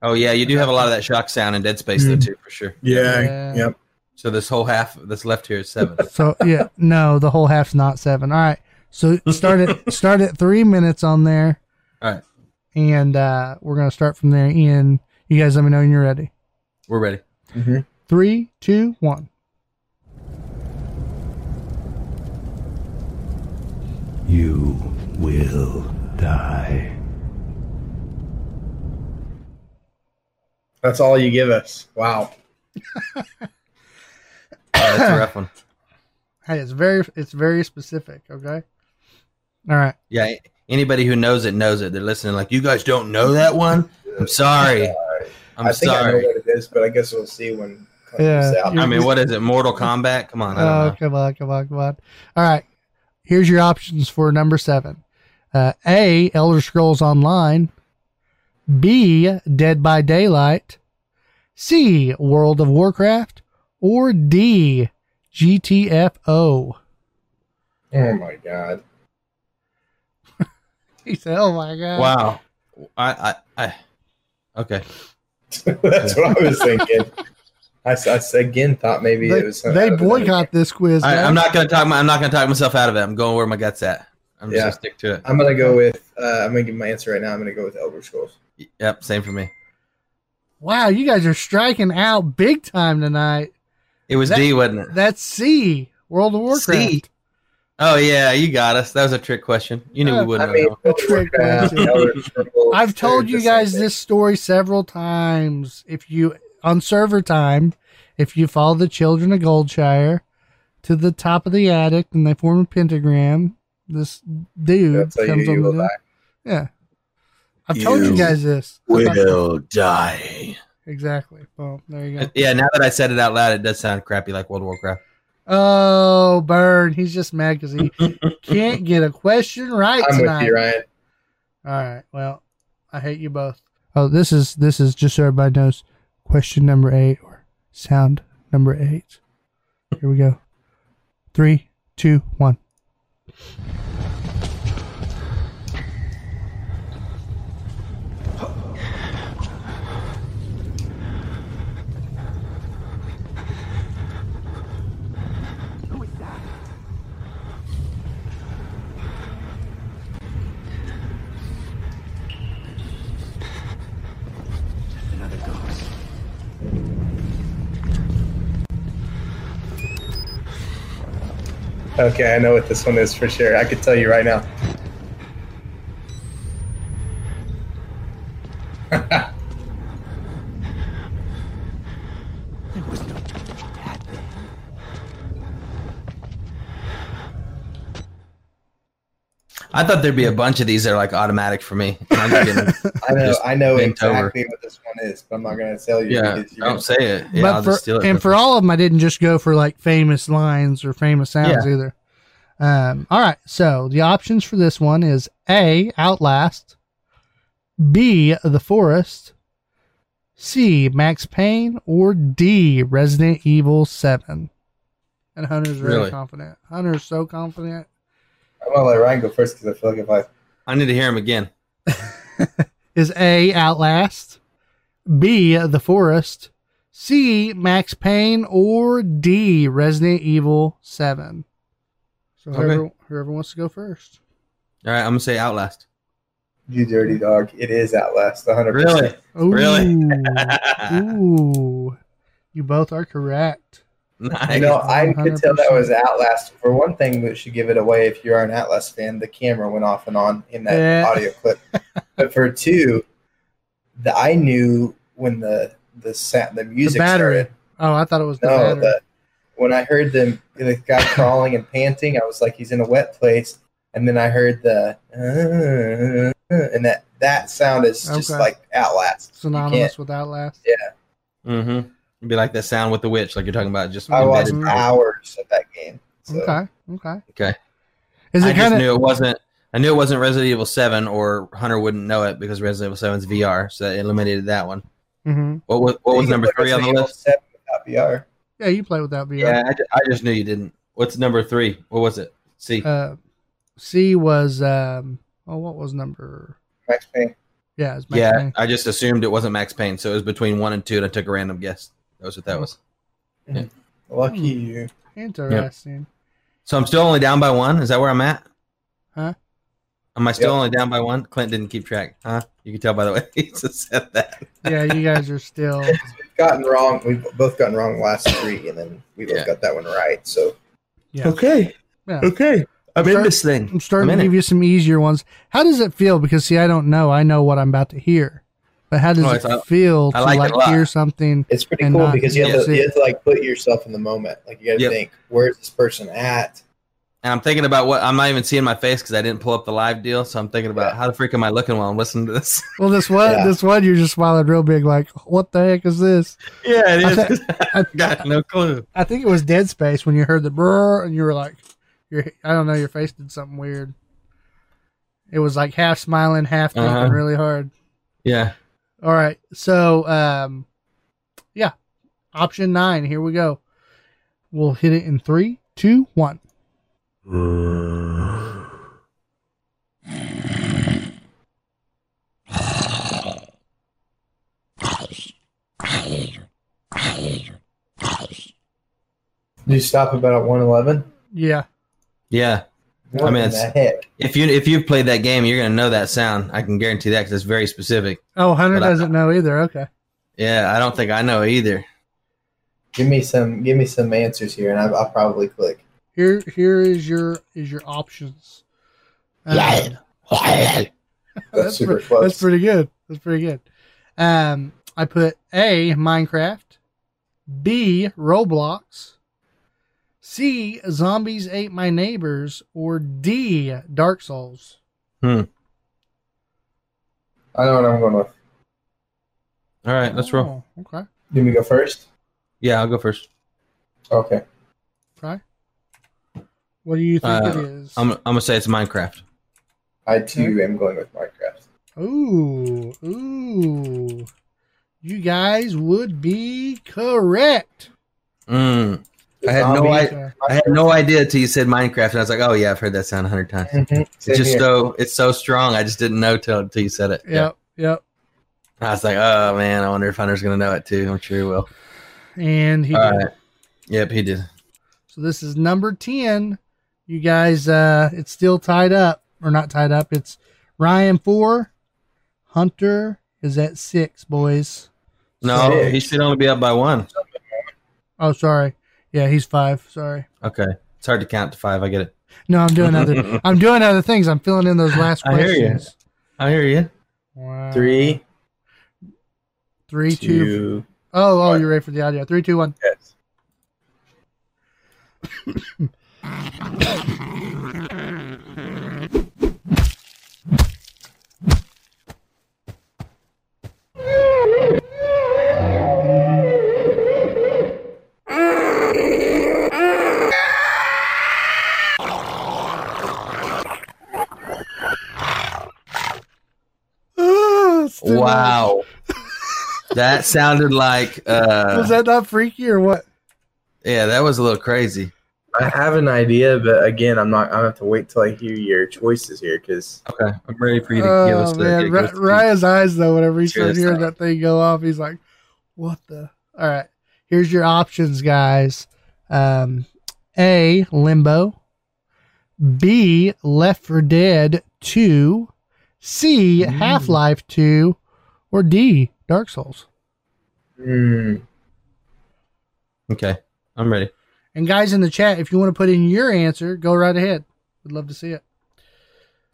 S5: oh yeah, you do have a lot of that shock sound in Dead Space though
S2: Mhm.
S5: too, for sure.
S2: yeah,
S1: Yeah.
S2: yep.
S5: So this whole half that's left here is seven.
S1: So yeah, no, the whole half's not seven. All right. So start at start at three minutes on there.
S5: All right.
S1: And uh, we're gonna start from there. Ian, you guys let me know when you're ready.
S5: We're ready.
S1: Three, two, one.
S8: You will die.
S2: That's all you give us. Wow.
S5: Oh, that's a rough one.
S1: Hey, it's very it's very specific. Okay. All right.
S5: Yeah, anybody who knows it knows it. They're listening. Like you guys don't know that one. I'm sorry. I'm
S2: I think I know
S5: sorry.
S2: what it is, but I guess we'll see when it comes
S1: Yeah.
S2: out.
S5: I, mean, what is it? Mortal Kombat? Come on. I don't
S1: Oh,
S5: know.
S1: come on, come on, come on. All right. Here's your options for number seven uh, A, Elder Scrolls Online. B, Dead by Daylight. C, World of Warcraft. Or D, GTFO.
S2: Oh my god.
S1: He said, Oh my God.
S5: Wow. I, I, I. Okay.
S2: that's what I was thinking. I, s- I s- again thought maybe
S1: They,
S2: it was
S1: they boycott this quiz.
S5: uh, I,
S1: guys.
S5: I'm not gonna talk. My, I'm not gonna talk myself out of it. I'm going where my guts at. I'm just
S2: Yeah.
S5: gonna stick to it.
S2: I'm gonna go with. Uh, I'm gonna give my answer right now. I'm gonna go with Elder Scrolls.
S5: Yep. Same for me.
S1: Wow, you guys are striking out big time tonight.
S5: It was
S1: That-
S5: D, wasn't it?
S1: That's C, World of Warcraft.
S5: C. Oh yeah, you got us. That was a trick question. You knew
S1: Uh,
S5: we wouldn't.
S2: I mean,
S5: know.
S1: A trick
S2: Warcraft,
S1: question.
S2: Elder Scrolls,
S1: I've told
S2: they're
S1: you
S2: the
S1: guys
S2: same
S1: this story several times. If you on server time, if you follow the children of Goldshire to the top of the attic and they form a pentagram, this
S2: thing.
S1: dude
S2: That's how
S1: comes
S2: you,
S1: on
S2: you
S1: the
S2: will
S1: door.
S2: die.
S1: Yeah. I've told you
S8: You
S1: guys this.
S8: Will die.
S1: Exactly. Well, there you go.
S5: Yeah, now that I said it out loud, it does sound crappy like World of Warcraft.
S1: Oh, Burn. He's just mad because he can't get a question right
S2: I'm
S1: tonight.
S2: with you, Ryan.
S1: All right. Well, I hate you both. Oh, this is this is just so everybody knows. Question number eight or sound number eight. Here we go. Three, two, one.
S2: Okay, I know what this one is for sure. I could tell you right now.
S5: I thought there'd be a bunch of these that are like automatic for me. And I'm getting,
S2: I know
S5: Just
S2: I know
S5: bent over.
S2: exactly what this one is, but I'm not gonna tell you.
S5: yeah,
S2: because you're
S5: don't
S2: gonna-
S5: say it. Yeah, I'll
S1: but
S5: just steal
S1: for,
S5: it.
S1: and for all of them, I didn't just go for like famous lines or famous sounds either. Um, all right, so the options for this one is A, Outlast, B, The Forest, C, Max Payne, or D, Resident Evil 7. And Hunter's really,
S5: Really?
S1: confident. Hunter's so confident.
S2: I'm gonna let Ryan go first because I feel like if I
S5: I need to hear him again.
S1: Is A, Outlast, B, The Forest, C, Max Payne, or D, Resident Evil 7. So
S5: Okay.
S1: whoever, whoever wants to go first.
S5: All right, I'm gonna say Outlast.
S2: you dirty dog, it is Outlast, 100.
S5: Really?
S1: Ooh.
S5: Really?
S1: Ooh. You both are correct.
S2: You
S5: nice.
S2: know, I could tell that was Outlast. For one thing, we should give it away if you are an Outlast fan. The camera went off and on in that
S1: Yeah.
S2: audio clip. But for two, the, I knew when the the sa- the music
S1: battery.
S2: started.
S1: Oh, I thought it was the
S2: No,
S1: battery.
S2: the, when I heard them, the guy crawling and panting, I was like, he's in a wet place. And then I heard the, uh, uh, and that that sound is just
S1: Okay.
S2: like Outlast. You can't-
S1: Synonymous with Outlast.
S5: Mm-hmm. It'd be like that sound with the witch, like you're talking about. Just
S2: I watched
S5: embedded-
S2: hours of that game. So.
S1: Okay. Okay.
S5: Okay.
S1: Is
S5: I
S1: it
S5: just
S1: kind of
S5: knew it wasn't. I knew it wasn't Resident Evil Seven, or Hunter wouldn't know it because Resident Evil Seven's VR, so that eliminated that one.
S1: hmm
S5: What was what was
S2: You can
S5: number
S2: put
S5: three on the
S2: Resident Evil
S5: list?
S2: 7 without VR.
S1: Yeah, you play without VR.
S5: Yeah, I, ju- I just knew you didn't. What's number three? What was it? C.
S1: Uh, C was um oh what was number?
S2: Max Payne.
S1: Yeah, it was Max
S5: yeah,
S1: Payne.
S5: I just assumed it wasn't Max Payne, so it was between one and two, and I took a random guess. That was what that was.
S2: Lucky
S1: Hmm.
S2: you.
S1: Interesting.
S5: So I'm still only down by one. Is that where I'm at?
S1: Huh?
S5: Am I still
S2: Yep.
S5: only down by one? Clint didn't keep track. Huh? You can tell by the way he just said that.
S1: Yeah, you guys are still
S2: Gotten wrong. We've both gotten wrong the last three, and then we both
S5: Yeah.
S2: got that one right. So
S1: Yeah.
S5: Okay.
S1: Yeah.
S5: Okay. I'm
S1: in
S5: this thing.
S1: I'm starting to give you some easier ones. How does it feel? Because see, I don't know. I know what I'm about to hear, but how does
S5: Oh,
S1: it
S5: it's- I-
S1: feel
S5: I
S1: to
S5: like it
S1: like,
S5: a lot.
S1: hear something?
S2: it's pretty
S1: And
S2: cool
S1: not-
S2: because you have,
S1: yeah.
S2: to, you have to like put yourself in the moment. Like you got to
S5: Yep.
S2: think, where's this person at?
S5: And I'm thinking about what I'm not even seeing my face because I didn't pull up the live deal. So I'm thinking about how the freak am I looking while I'm listening to this?
S1: Well, this one,
S2: Yeah.
S1: this one, you're just smiling real big, like, what the heck is this?
S5: yeah, it
S1: I
S5: is.
S1: I,
S5: Got no clue.
S1: I think it was Dead Space when you heard the brrr and you were like, your I don't know, your face did something weird. It was like half smiling, half thinking
S5: Uh-huh.
S1: really hard.
S5: Yeah.
S1: All right. So, um, yeah, option nine. Here we go. We'll hit it in three, two, one.
S2: Did you stop about at one eleven?
S1: Yeah.
S5: Yeah.
S2: What I
S5: mean,
S2: mean, in
S5: it's-
S2: the heck?
S5: If you if you've played that game, you're gonna know that sound. I can guarantee that because it's very specific.
S1: Oh, Hunter
S5: But I-
S1: doesn't know either. Okay.
S5: Yeah, I don't think I know either.
S2: Give me some. Give me some answers here, and I, I'll probably click.
S1: Here, here is your is your options. Um,
S2: That's
S1: that's,
S2: super
S1: pre-
S2: close.
S1: that's pretty good. That's pretty good. Um, I put A Minecraft, B Roblox, C Zombies Ate My Neighbors, or D Dark Souls.
S2: I know what I'm going with.
S5: All right, let's roll.
S1: Oh, okay.
S2: You want me to go first?
S5: Yeah, I'll go first.
S2: Okay.
S1: Okay. What do you think it
S5: Uh,
S1: is?
S5: I'm I'm gonna say it's Minecraft.
S2: I
S1: Hmm?
S2: too am going with Minecraft.
S1: Ooh, ooh. You guys would be correct.
S5: Mm. I had no
S2: Zombie.
S5: idea. I had no idea till you said Minecraft, and I was like, oh yeah, I've heard that sound a hundred times.
S2: Mhm. Same
S5: It's just
S2: here.
S5: so it's so strong. I just didn't know till till you said it.
S1: Yep, yep.
S5: I was like, oh man, I wonder if Hunter's gonna know it too. I'm sure he will.
S1: And he
S5: All
S1: did.
S5: right. Yep, he did.
S1: So this is number 10. You guys, uh, it's still tied up, or not tied up. It's Ryan four. Hunter is at six, boys.
S5: No,
S2: Six.
S5: he should only be up by one.
S1: Oh, sorry. Yeah, he's five. Sorry.
S5: Okay. It's hard to count to five. I get it.
S1: No, I'm doing other. I'm doing other things. I'm filling in those last
S5: I hear ya.
S1: questions.
S5: I hear you.
S1: Wow.
S2: Three,
S1: Three,
S2: two.
S1: two. Oh, oh,
S2: one.
S1: you're ready for the audio. Three, two, one.
S2: Yes.
S5: Wow. that sounded like uh
S1: Was that not freaky or what?
S5: yeah, that was a little crazy.
S2: I have an idea, but again, I'm not. I have to wait till I hear your choices here because
S5: Okay. I'm ready for you to give
S1: Oh
S5: us the
S1: man,
S5: give
S1: Ra-
S5: us the- uh,
S1: Raya's eyes though. Whenever he started
S5: Serious
S1: hearing
S5: thought.
S1: that thing go off, he's like, "What the? All right, here's your options, guys. Um, A. Limbo. B. Left for Dead Two. C. Half Life Two, or D. Dark Souls.
S2: hmm,
S5: Okay. I'm ready.
S1: And guys in the chat, if you want to put in your answer, go right ahead. We'd love to see it.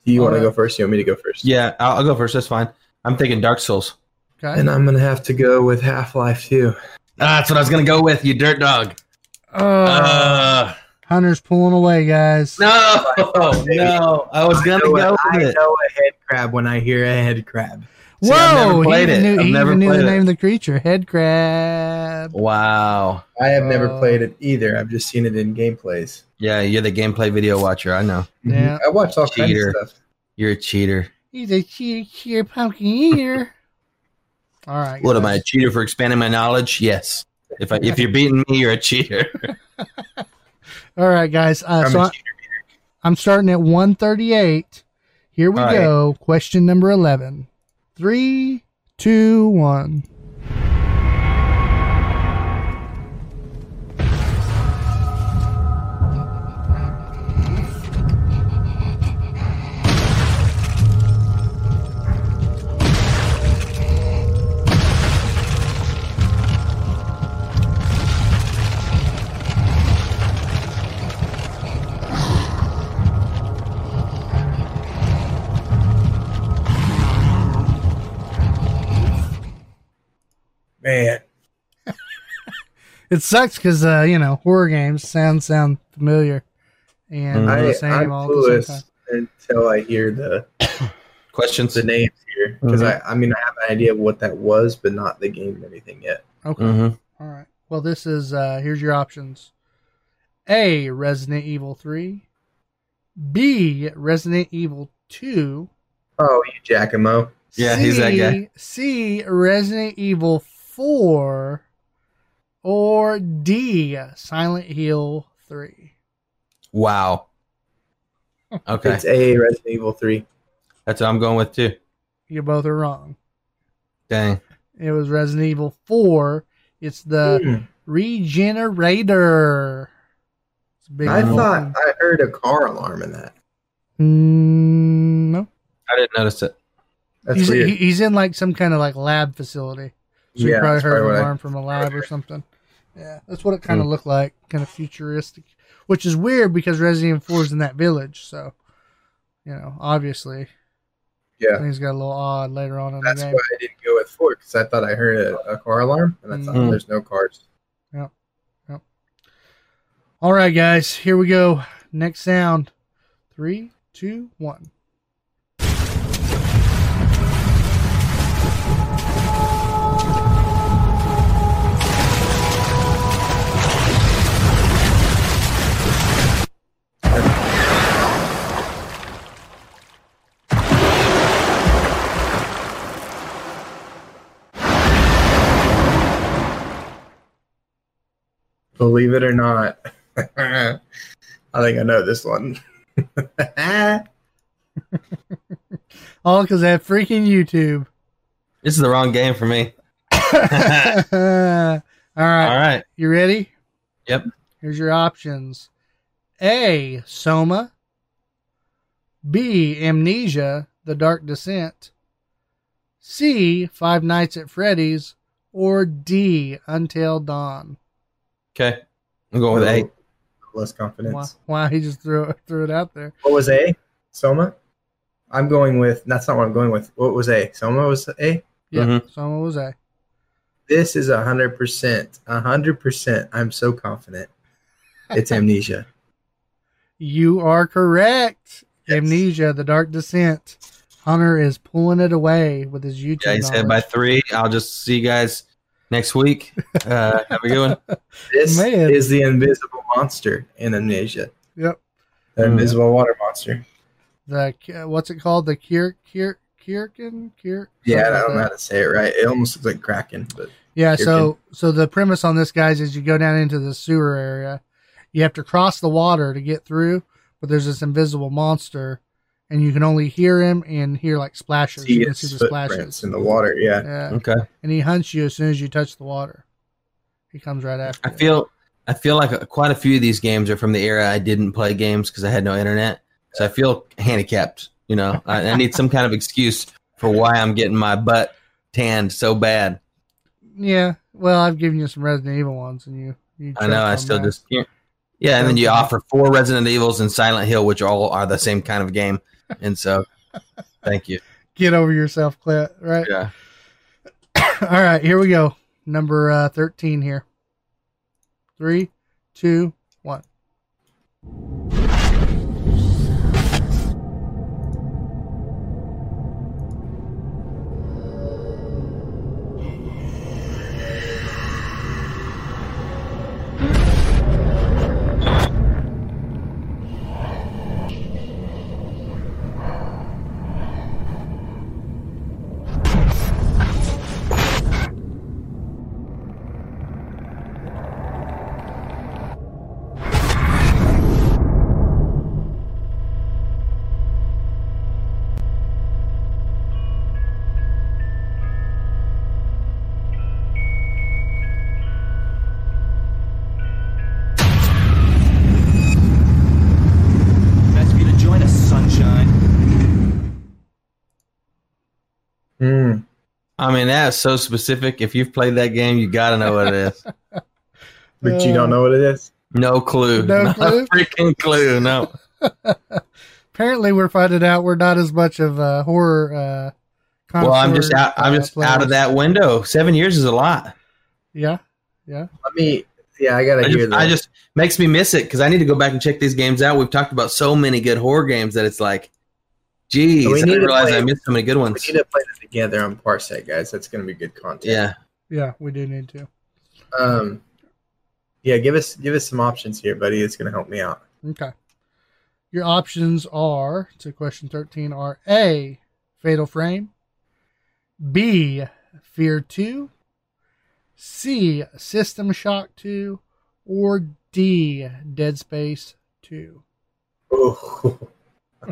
S2: do you want to
S1: Alright.
S2: go first? You want me to go first?
S5: Yeah, I'll, I'll go first. That's fine. I'm thinking Dark Souls.
S1: Okay.
S2: And I'm gonna have to go with Half Life too.
S5: Ah, that's what I was gonna go with, you dirt dog.
S1: Oh,
S5: Uh,
S1: Hunter's pulling away, guys.
S5: no, no. I was gonna
S2: I know,
S5: go
S2: a- I
S5: with it.
S2: know a head crab when I hear a head crab.
S5: See,
S1: Whoa!
S5: I've never played
S1: he
S5: it.
S1: even knew,
S5: I've
S1: he
S5: never
S1: even knew
S5: played
S1: the
S5: it.
S1: name of the creature. Head crab.
S5: Wow.
S2: I have never
S1: Uh,
S2: played it either. I've just seen it in gameplays. Mm-hmm.
S5: Yeah, you're the gameplay video watcher. I know.
S1: Yeah.
S2: I watched all
S5: Cheater.
S2: kinds of stuff.
S5: You're a cheater.
S1: He's a cheater, cheater, pumpkin eater. All right.
S5: What am I, a
S1: guys.
S5: cheater for expanding my knowledge? Yes. If I, if you're beating me, you're a cheater.
S1: All right, guys. Uh,
S2: I'm
S1: so
S2: a
S1: I, I'm starting at 138. Here we
S5: All right.
S1: go. Question number 11. Three, two, one.
S2: Man,
S1: It sucks because, uh, you know, horror games sound sound familiar. And
S5: Mhm.
S1: they're
S2: I,
S1: the same
S2: I'm
S1: all at the same
S2: clueless
S1: time.
S2: until I hear the
S5: Questions?
S2: the names here because
S1: Mm-hmm.
S2: I, I mean I have an idea of what that was, but not the game or anything yet.
S1: Okay.
S5: hmm
S1: All right. Well, this is uh here's your options. A Resident Evil 3, B Resident Evil 2,
S2: Oh, you Jackamo!
S5: Yeah, he's that guy.
S1: C Resident Evil 4 or D Silent Hill 3.
S5: Wow. Okay.
S2: It's a Resident Evil Three.
S5: That's what I'm going with too.
S1: You both are wrong.
S5: Dang.
S1: It was Resident Evil 4. It's the
S2: Hmm.
S1: Regenerator. It's a big
S2: I
S1: old
S2: thought
S1: thing.
S2: I heard a car alarm in that.
S1: Mm, no.
S5: I didn't notice it.
S2: That's
S1: he's,
S2: weird.
S1: he- he's in like some kind of like lab facility. So you
S2: Yeah,
S1: probably
S2: that's
S1: heard
S2: probably
S1: an
S2: what I- Hmm.
S1: alarm from a lab or something. Yeah, that's what it kind of looked like, kind of futuristic, which is weird because Resident Evil 4 is in that village. So, you know, obviously
S2: yeah,
S1: things got a little odd later on in
S2: that's
S1: the
S2: why
S1: game.
S2: I didn't go with four because I thought I heard a, a car alarm and I thought
S1: Mm.
S5: Mhm.
S2: there's no cars.
S1: All right, guys, here we go. Next sound. Three, two, one.
S2: Believe it or not, I think I know this one.
S1: All because that freaking YouTube.
S5: This is the wrong game for me.
S1: All
S5: All
S1: right,
S5: right.
S1: you ready?
S5: Yep.
S1: Here's your options A. Soma. B. Amnesia, The Dark Descent. C. Five Nights at Freddy's. Or D. Until Dawn.
S2: Oh,
S5: Okay. I'm going with A.
S2: less confidence.
S1: Why, why he just threw it, threw it out there?
S2: What was A? Soma? I'm going with that's not what I'm going with. What was A? Soma was A?
S1: Yeah,
S5: Mhm.
S1: so was I.
S2: This is a hundred percent. A hundred percent. I'm so confident. It's amnesia.
S1: You are correct.
S2: Yes.
S1: Amnesia, The Dark Descent. Hunter is pulling it away with his YouTube.
S5: Guys, head by
S1: knowledge.
S5: three. I'll just see you guys next week. Uh, have a good one.
S2: This
S1: Man.
S2: is the invisible monster in amnesia.
S1: Yep.
S2: The
S5: Mm.
S2: invisible water monster.
S1: The Ki- what's it called? The Kier Kier Kierkin Kier.
S2: Yeah, I
S1: something like
S2: don't know
S1: that.
S2: how to say it right. It almost looks like Kraken, but
S1: Yeah,
S2: Here,
S1: so so the premise on this guys is you go down into the sewer area. You have to cross the water to get through, but there's this invisible monster and you can only hear him and hear like splashes.
S2: see
S1: you can
S2: its
S1: see the
S2: footprints
S1: splashes.
S2: in the water. Yeah.
S1: Yeah.
S5: Okay.
S1: And he hunts you as soon as you touch the water. He comes right after
S5: I
S1: you.
S5: feel I feel like quite a few of these games are from the era I didn't play games because I had no internet. So I feel handicapped. You know, I, I need some kind of excuse for why I'm getting my butt tanned so bad.
S1: Yeah. Well, I've given you some Resident Evil ones and you, you
S5: I
S1: jumped
S5: know. I
S1: on
S5: still
S1: that.
S5: just can't. Yeah, and then you
S1: Okay.
S5: offer four Resident Evils and Silent Hill, which all are the same kind of game, and so thank you.
S1: get over yourself, Clint, right?
S5: Yeah.
S1: All right, here we go. Number uh, 13 here. Three, two, one.
S9: Best be to join us, sunshine.
S2: Hmm.
S5: I mean, that's so specific. If you've played that game, you got to know what it is.
S2: But you
S1: Uh,
S2: don't know what it is?
S5: No clue.
S1: No
S5: Not
S1: clue?
S5: A freaking clue. No.
S1: Apparently, we're finding out we're not as much of a horror. Uh,
S5: Well, I'm just
S1: connoisseur,
S5: out. I'm
S1: uh,
S5: just out of
S1: players.
S5: that window. Seven years is a lot.
S1: Yeah.
S2: Let me yeah, I gotta
S5: I
S2: hear
S5: just,
S2: that.
S5: I just makes me miss it because I need to go back and check these games out. We've talked about so many good horror games that it's like, geez,
S2: We
S5: I
S2: need
S5: didn't
S2: to
S5: realize
S2: play-
S5: I missed so many good
S2: we
S5: ones.
S2: need to play this together on Parsec, guys. That's gonna be good content.
S5: Yeah,
S1: Yeah, we do need to.
S2: Um, yeah, give us give us some options here, buddy. It's gonna help me out.
S1: Okay. Your options are to question 13 are A, Fatal Frame, B, Fear 2, C, System Shock 2, or D, Dead Space 2.
S2: Oh,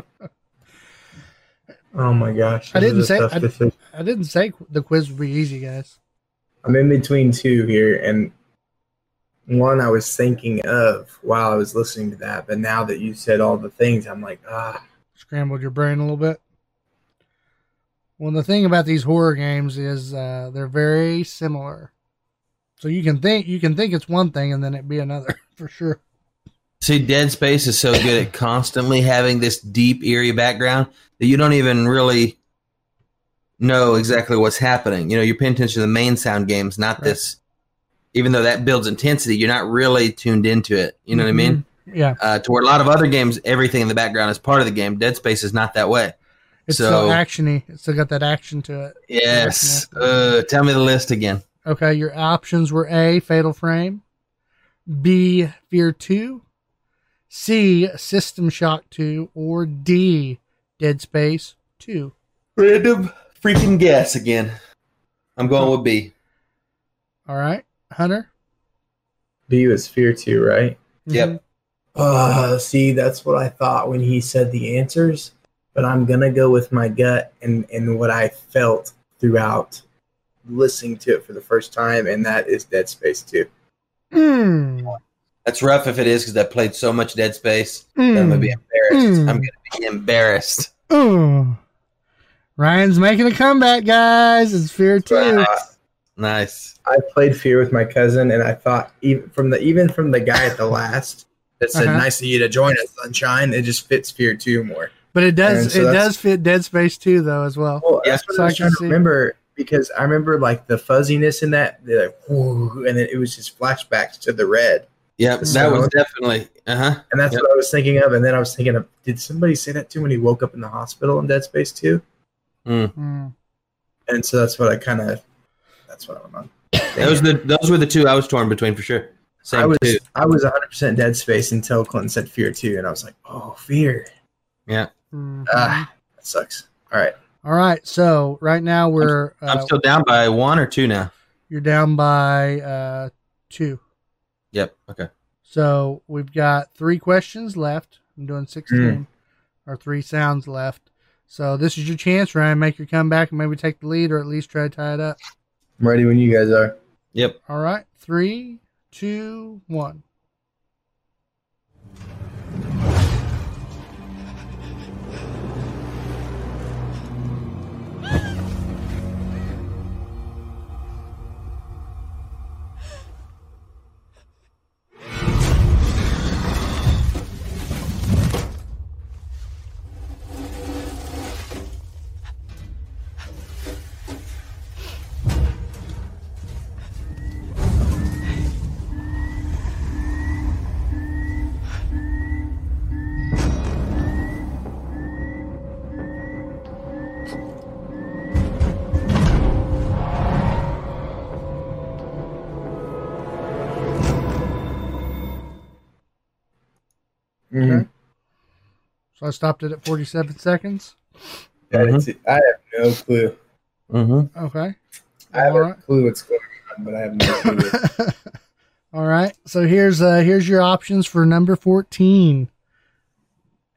S2: oh my gosh!
S1: I
S2: this
S1: didn't
S2: is a
S1: say-
S2: tough
S1: I-
S2: decision.
S1: I didn't say qu- the quiz would be easy, guys.
S2: I'm in between two here, and one I was thinking of while I was listening to that, but now that you said all the things, I'm like, ah,
S1: Scrambled your brain a little bit. Well, the thing about these horror games is uh, they're very similar. So you can think you can think it's one thing and then it be another for sure.
S5: see, Dead Space is so good at constantly having this deep, eerie background that you don't even really know exactly what's happening. You know, you're paying attention to the main sound games, not
S1: Right.
S5: this. Even though that builds intensity, you're not really tuned into it. You know what I mean?
S2: Mm-hmm.
S1: Yeah,
S5: uh, to where a lot of other games, everything in the background is part of the game. Dead Space is not that way.
S1: it's
S5: So-
S1: still actiony. It's still got that action to it.
S5: Yes. Uh, tell me the list again.
S1: Okay, your options were A, Fatal Frame, B, Fear 2, C, System Shock 2, or D, Dead Space 2.
S5: Random freaking guess again. I'm going with B.
S1: All right, Hunter?
S2: B was fear too, right?
S5: Yep.
S2: Uh, see, that's what I thought when he said the answers, but I'm gonna go with my gut and and what I felt throughout listening to it for the first time, and that is Dead Space Two.
S1: Mm,
S5: That's rough if it is because I played so much Dead Space. that I'm gonna be
S1: mm,
S5: embarrassed.
S1: Mm.
S5: I'm gonna be embarrassed.
S1: mm. Ryan's making a comeback, guys. It's Fear 2.
S5: Nice. Nice.
S2: I played Fear with my cousin, and I thought even from the even from the guy at the last that said,
S1: Uh-huh.
S2: "Nice of you to join us, sunshine." It just fits Fear Two more.
S1: But it
S2: And
S1: does
S2: so
S1: it
S2: that's-
S1: does fit Dead Space 2 though as well.
S2: Well, that's what
S1: So
S2: I
S1: I
S2: was
S1: can
S2: trying to
S1: see.
S2: remember because I remember like the fuzziness in that, they're like, "Whoa," and then it was just flashbacks to the red,
S5: Yep, that
S2: So-
S5: was definitely uh huh.
S2: and that's
S5: Yep.
S2: what I was thinking of. And then I was thinking of, did somebody say that too when he woke up in the hospital in Dead Space Two?
S1: Hmm.
S2: And so that's what I kind of, that's what I'm on.
S5: That was the those were the two I was torn between for sure. Same
S2: I was
S5: two.
S2: I was 100 percent Dead Space until Clinton said Fear Two, and I was like, "Oh, Fear,
S1: Mhm.
S2: ah, that sucks." All right,
S1: All right, so right now we're uh,
S5: I'm still down by one or two now.
S1: you're down by uh, two.
S5: Yep. Okay.
S1: So we've got three questions left. I'm doing 16 or three sounds left. So this is your chance, Ryan. Make your comeback and maybe take the lead or at least try to tie it up.
S2: I'm ready when you guys are.
S5: Yep.
S1: All right. Three, two, one.
S2: Mhm.
S1: So I stopped it at 47 seconds.
S2: Yeah, it's- I have no clue.
S5: Mm-hmm.
S1: Okay.
S2: I have
S1: All
S2: a
S1: right.
S2: clue what's going on, but I have no clue.
S1: All right. So here's uh here's your options for number 14.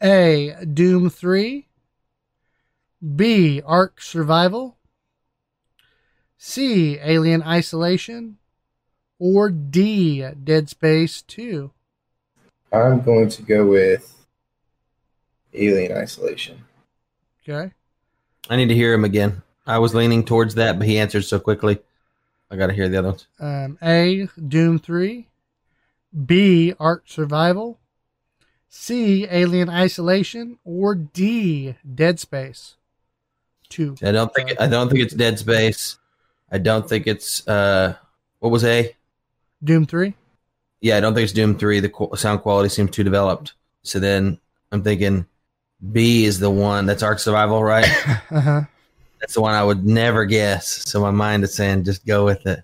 S1: A, Doom 3. B, Ark Survival. C, Alien Isolation. Or D, Dead Space 2.
S2: I'm going to go with Alien Isolation.
S1: Okay.
S5: I need to hear him again. I was leaning towards that, but he answered so quickly. I got to hear the other ones.
S1: Um, A, Doom 3. B, Ark Survival. C, Alien Isolation. Or D, Dead Space 2.
S5: I don't think I don't think it's Dead Space. I don't think it's uh what was A?
S1: Doom 3.
S5: Yeah, I don't think it's Doom Three. The qu- sound quality seems too developed. So then I'm thinking B is the one that's Ark Survival, right?
S1: Uh-huh.
S5: that's the one I would never guess. So my mind is saying just go with it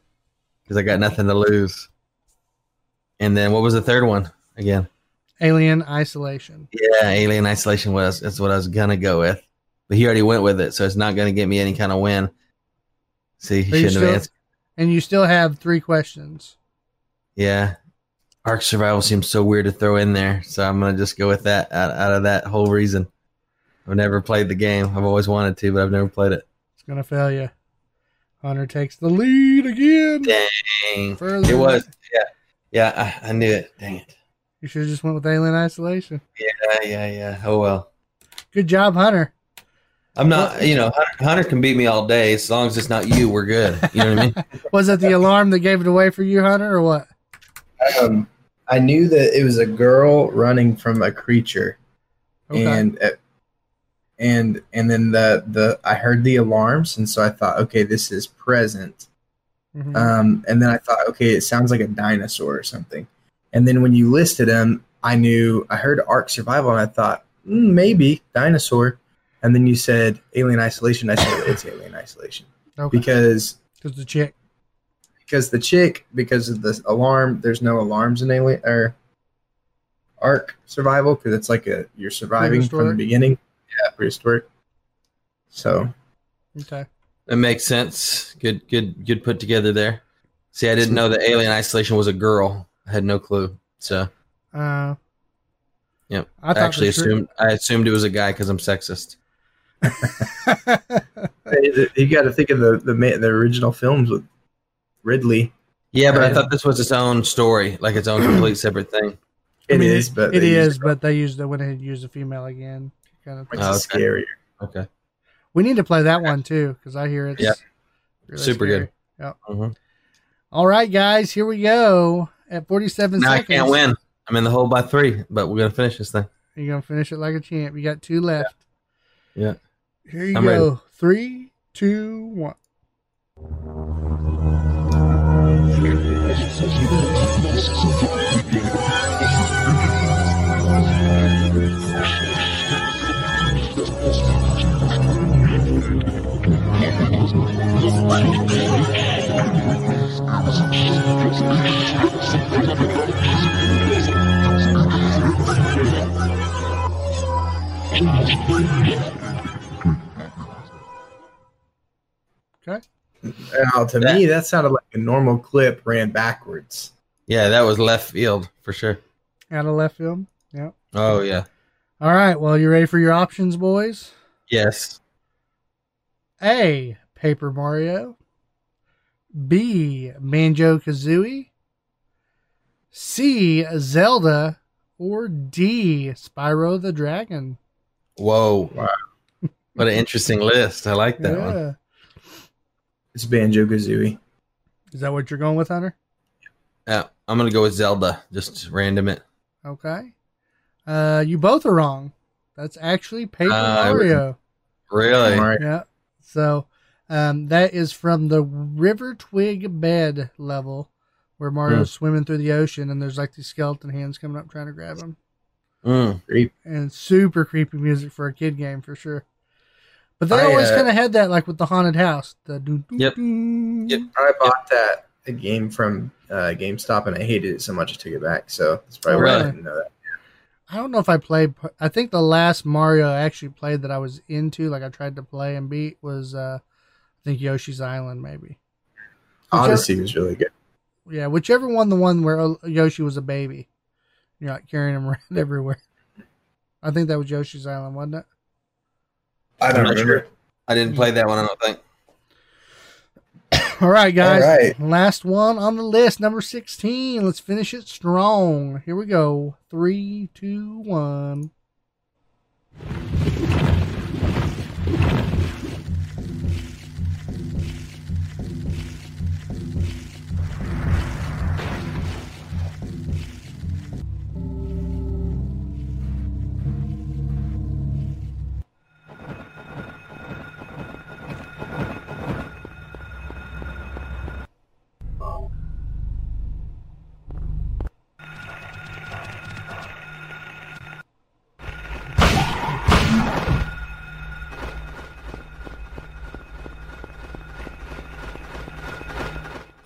S5: because I got nothing to lose. And then what was the third one again?
S1: Alien Isolation.
S5: Yeah, Alien Isolation was that's what I was gonna go with, but he already went with it, so it's not gonna get me any kind of win. See, he
S1: Are you
S5: shouldn't have
S1: still-
S5: answered.
S1: And you still have three questions.
S5: Yeah, Ark Survival seems so weird to throw in there, so I'm gonna just go with that out, out of that whole reason. I've never played the game. I've always wanted to, but I've never played it.
S1: It's going to fail you. Hunter takes the lead again.
S5: Dang,
S1: Further.
S5: it was. Yeah, yeah, I, I knew it. Dang it.
S1: You should have just went with Alien Isolation.
S5: Yeah, yeah, yeah. Oh well.
S1: Good job, Hunter.
S5: I'm not, you know, Hunter, Hunter can beat me all day as long as it's not you. We're good. You know what I mean?
S1: Was it the alarm that gave it away for you, Hunter, or what?
S2: Um, I knew that it was a girl running from a creature, and uh, and and then the the I heard the alarms, and so I thought, okay, this is present.
S1: Mhm.
S2: Um, and then I thought, okay, it sounds like a dinosaur or something. And then when you listed them, I knew I heard Ark Survival, and I thought mm, maybe dinosaur. And then you said Alien Isolation. I said it's Alien Isolation
S1: okay.
S2: because
S1: Because the chick.
S2: because the chick because of the alarm. There's no alarms in Alien or Ark Survival because it's like a you're surviving from the
S1: Prehistoric.
S2: beginning. Yeah, prehistoric. So
S1: Okay.
S5: It makes sense. Good, good, good put together there. See, I didn't know that Alien Isolation was a girl. I had no clue. So
S1: Uh,
S5: Yep.
S1: I,
S5: I,
S1: thought for
S5: actually
S1: sure-
S5: assumed I assumed it was a guy because I'm sexist.
S2: you got to think of the the ma- the original films with Ridley.
S5: Yeah, but I thought this was its own story, like its own complete separate thing.
S1: I
S2: It is,
S1: mean,
S2: but
S1: it
S2: they
S1: is,
S2: used it,
S1: but they used they went ahead and used the female again. Kind of
S2: which
S1: thing.
S5: Oh,
S2: is
S5: okay.
S2: scarier.
S5: Okay.
S1: We need to play that one too because I hear it's
S5: Yeah.
S1: really
S5: Super
S1: scary.
S5: good.
S1: Yep.
S5: Mhm.
S1: All right, guys, here we go at 47
S5: Now I
S1: seconds.
S5: can't win. I'm in the hole by three, but we're gonna finish this thing.
S1: You're gonna finish it like a champ. You got two left.
S5: Yeah.
S1: Here you
S5: I'm
S1: go. Three, two, one. Okay.
S2: Now, to me, that sounded like a normal clip ran backwards.
S5: Yeah, that was left field for sure.
S1: Out of left field. Yep.
S5: Oh yeah.
S1: All right. Well, you ready for your options, boys?
S5: Yes.
S1: A. Paper Mario. B. Banjo Kazooie. C. Zelda. Or D. Spyro the Dragon.
S5: Whoa. What an interesting list. I like that one.
S1: yeah.
S2: It's Banjo Kazooie.
S1: Is that what you're going with, Hunter?
S5: Uh, I'm gonna go with Zelda. Just random it.
S1: Okay. Uh, you both are wrong. That's actually Paper
S5: Ah, I
S1: Mario.
S5: Really?
S2: All right.
S1: Yeah. So um, that is from the River Twig Bed level where Mario's swimming through the ocean and there's like these skeleton hands coming up trying to grab him.
S5: Mm.
S1: And super creepy music for a kid game for sure. But they
S2: I,
S1: always
S2: uh,
S1: kind of had that like with the haunted house. The doo doo
S5: Yep.
S1: doo.
S5: Yep.
S2: I bought that a game from uh, GameStop and I hated it so much I took it back. So that's probably why I
S5: Really?
S2: didn't know that.
S1: I don't know if I played. I think the last Mario I actually played that I was into, like I tried to play and beat, was uh, I think Yoshi's Island, maybe. Whichever-
S2: Odyssey was really good.
S1: Yeah, whichever one, the one where O- Yoshi was a baby. You're like carrying him around everywhere. I think that was Yoshi's Island, wasn't it?
S2: I
S5: I'm
S2: don't
S5: not
S2: remember.
S5: I didn't play that one. I don't think.
S1: All right, guys.
S2: All right.
S1: Last one on the list, number 16. Let's finish it strong. Here we go. Three, two, one.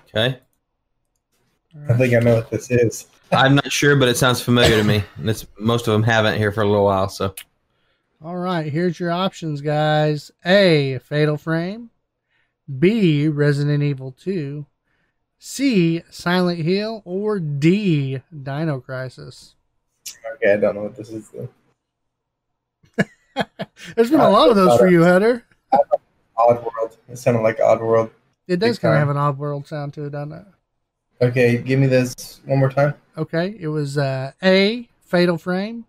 S5: Okay.
S2: I think I know what this is.
S5: I'm not sure, but it sounds familiar to me. And it's most of them haven't here for a little while. So
S1: All right, here's your options, guys. A. Fatal Frame. B. Resident Evil 2. C. Silent Hill. Or D. Dino Crisis.
S2: Okay, I don't know what this is. Though.
S1: There's been a lot of those for
S2: uh,
S1: you, Hunter.
S2: Odd World. It sounded like Odd World.
S1: It does
S2: Big
S1: kind of
S2: time.
S1: have an odd world sound to it, doesn't it?
S2: Okay, give me this one more time.
S1: Okay, it was uh, A. Fatal Frame.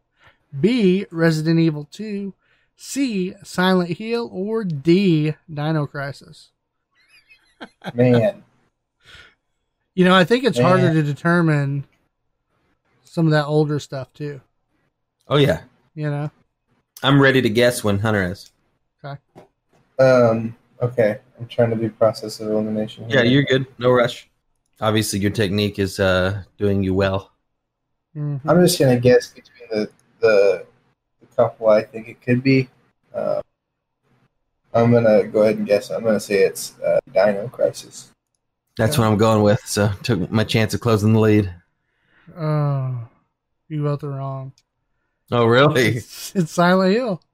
S1: B. Resident Evil 2. C. Silent Hill. Or D. Dino Crisis.
S2: Man,
S1: You know, I think it's
S2: Yeah.
S1: harder to determine some of that older stuff, too.
S5: oh yeah.
S1: You know?
S5: I'm ready to guess when Hunter is.
S2: um, okay, I'm trying to do process of elimination.
S5: Yeah,
S2: here.
S5: you're good. No rush. Obviously your technique is uh doing you well.
S1: Mhm.
S2: I'm just gonna guess between the the, the couple I think it could be. Uh, I'm gonna go ahead and guess. I'm gonna say it's uh, Dino Crisis.
S5: That's what I'm going with. So took my chance of closing the lead.
S1: Oh, you both are wrong.
S5: Oh really?
S1: It's, it's Silent Hill.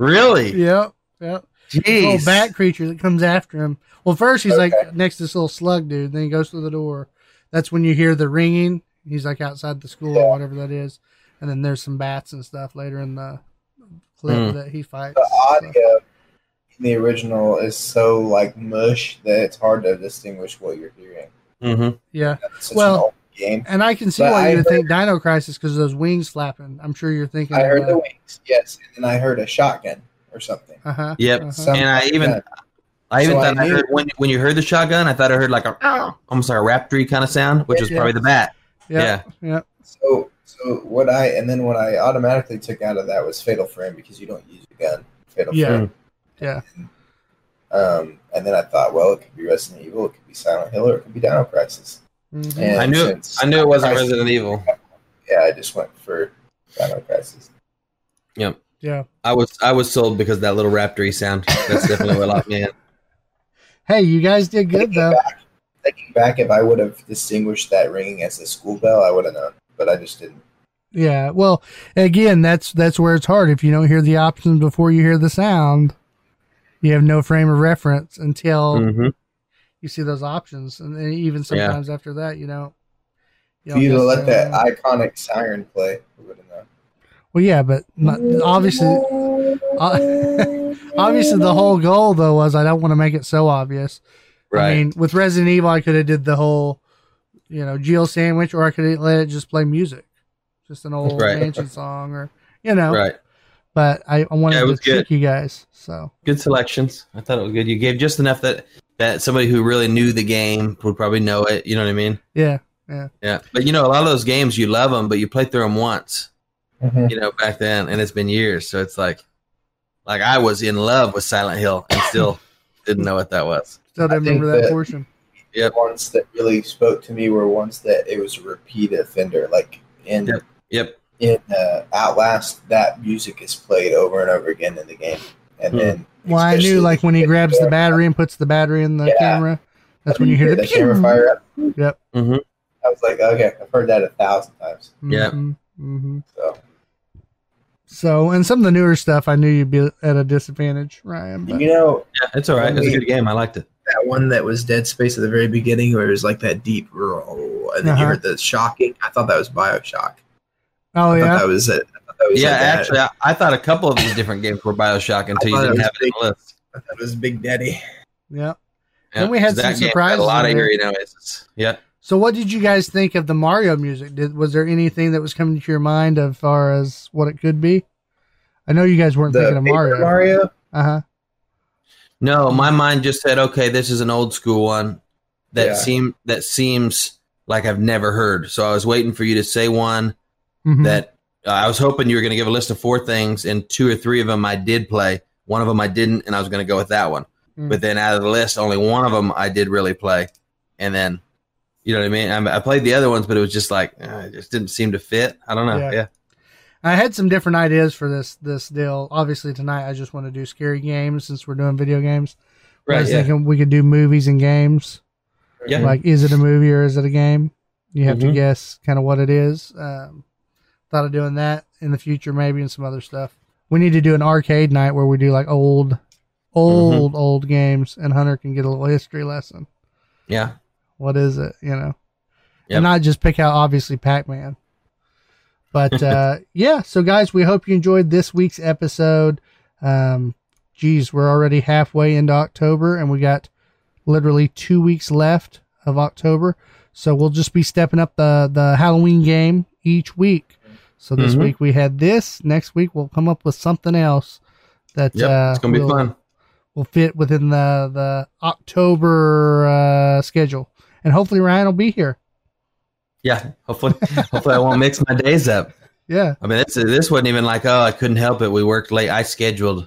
S5: Really?
S1: Yep, yep. This
S5: Jeez.
S1: Little bat creature that comes after him. Well, first he's
S2: Okay.
S1: like next to this little slug dude. Then he goes through the door. That's when you hear the ringing. He's like outside the school or whatever that is. And then there's some bats and stuff later in the clip
S5: Hmm.
S1: that he fights.
S2: The
S1: So-
S2: audio in the original is so like mush that it's hard to distinguish what you're hearing.
S5: Mm-hmm.
S1: yeah,
S2: It's such
S1: Well,
S2: an old game.
S1: and I can see
S2: But
S1: why
S2: I
S1: you would think Dino Crisis because those wings flapping. I'm sure you're thinking.
S2: I heard
S1: of,
S2: the wings, yes, and then I heard a shotgun or something.
S1: Uh huh.
S5: Yep.
S1: Uh-huh.
S2: Something
S5: And I
S2: like
S5: even
S2: that.
S5: I even
S2: So I
S5: thought I,
S2: knew-
S5: heard when when you heard the shotgun, I thought I heard like a almost like a raptory kind of sound, which was
S1: Yeah.
S5: probably the bat.
S1: Yep, yeah. Yep.
S2: So, so what I and then what I automatically took out of that was fatal frame because you don't use a gun. Fatal
S1: Yeah.
S2: frame.
S1: Yeah.
S2: Um, and then I thought, well, it could be Resident Evil, it could be Silent Hill, or it could be Dino Crisis.
S1: Mhm.
S2: And
S5: I knew it.
S2: since-
S5: I knew it wasn't
S2: Christ.
S5: Resident Evil.
S2: Yeah, I just went for Dino Crisis.
S1: Yeah.
S5: I was I was sold because of that little raptory sound. That's definitely what locked me in.
S1: Hey, you guys did good though.
S2: Thinking back, if I would have distinguished that ringing as a school bell, I would have known, but I just didn't.
S1: Yeah. Well, again, that's that's where it's hard. If you don't hear the options before you hear the sound, you have no frame of reference until
S5: Mm-hmm.
S1: you see those options, and then even sometimes after that, you know.
S2: If you'd have let that iconic siren play, we would have known.
S1: Well, yeah, but not, obviously, o- obviously, the whole goal though was I don't want to make it so obvious.
S5: Right.
S1: I mean, with Resident Evil, I could have did the whole, you know, Jill sandwich, or I could have let it just play music, just an old
S5: Right.
S1: mansion song, or you know.
S5: Right.
S1: But I, I wanted
S5: Yeah, it
S1: to
S5: was good.
S1: trick you guys, so
S5: Good selections. I thought it was good. You gave just enough that that somebody who really knew the game would probably know it. You know what I mean?
S1: yeah,
S5: Yeah. But you know, a lot of those games you love them, but you play through them once.
S2: Mhm.
S5: You know, back then, and it's been years, so it's like, like I was in love with Silent Hill and still didn't know what that was.
S1: still
S2: I
S1: don't
S2: think
S1: remember that,
S2: that-
S1: portion.
S5: Yep.
S2: Ones that really spoke to me were ones that it was a repeat offender. Like in
S5: Yep.
S2: in uh, Outlast, that music is played over and over again in the game. And then,
S1: Well, I
S2: especially
S1: knew like when he grabs the
S2: camera-
S1: battery and puts the battery in the
S2: Yeah.
S1: camera, that's when you hear the
S2: that camera
S1: pew.
S2: fire up.
S1: Yep.
S5: Mhm.
S2: I was like, okay, I've heard that a thousand times.
S5: Yeah.
S1: hmm
S2: So
S1: So, and some of the newer stuff, I knew you'd be at a disadvantage, Ryan. But
S2: you know
S5: Yeah, it's all right. It's a good game. I liked it.
S2: that one that was Dead Space at the very beginning, where it was like that deep roll, and then you
S1: Uh-huh.
S2: heard the shocking. I thought that was Bioshock.
S1: oh
S2: I thought
S1: yeah,
S2: that was it. I thought that was
S5: Yeah,
S2: like that.
S5: actually, I, I thought a couple of these different games were Bioshock until you
S2: thought it
S5: didn't
S2: was
S5: have it on the list.
S2: I thought it was Big Daddy.
S1: yeah. And we had
S5: that
S1: some
S5: game
S1: surprises
S5: A lot of
S1: in there.
S5: eerie noises. Yeah.
S1: So, what did you guys think of the Mario music? Did was there anything that was coming to your mind as far as what it could be? I know you guys weren't
S2: The
S1: thinking of
S2: Paper
S1: Mario.
S2: Mario?
S1: Uh huh.
S5: No, my mind just said, okay, this is an old school one that
S2: Yeah.
S5: seem that seems like I've never heard. So I was waiting for you to say one
S1: Mm-hmm.
S5: that uh, I was hoping you were going to give a list of four things, and two or three of them I did play. One of them I didn't, and I was going to go with that one.
S1: Mm.
S5: But then out of the list, only one of them I did really play, and then. You know what I mean? I, I played the other ones, but it was just like uh, it just didn't seem to fit. I don't know.
S1: Yeah.
S5: Yeah,
S1: I had some different ideas for this this deal. Obviously, tonight I just want to do scary games since we're doing video games. I
S5: right.
S1: was
S5: Yeah.
S1: thinking we could do movies and games.
S5: Yeah.
S1: like is it a movie or is it a game you have to
S5: Mhm.
S1: guess kind of what it is um, thought of doing that in the future maybe and some other stuff we need to do an arcade night where we do like old old old games and hunter can get a little history lesson
S5: yeah.
S1: what is it you know
S5: Yep.
S1: and not just pick out obviously pac-man but uh, yeah so guys we hope you enjoyed this week's episode um, geez we're already halfway into october and we got literally two weeks left of october so we'll just be stepping up the, the halloween game each week so this
S5: Mhm.
S1: week we had this next week we'll come up with something else that
S5: Yep.
S1: uh,
S5: it's gonna be
S1: we'll-
S5: fun.
S1: will fit within the the October uh, schedule, and hopefully Ryan will be here.
S5: Yeah, hopefully, hopefully I won't mix my days up.
S1: Yeah,
S5: I mean, this this wasn't even like, oh, I couldn't help it. We worked late. I scheduled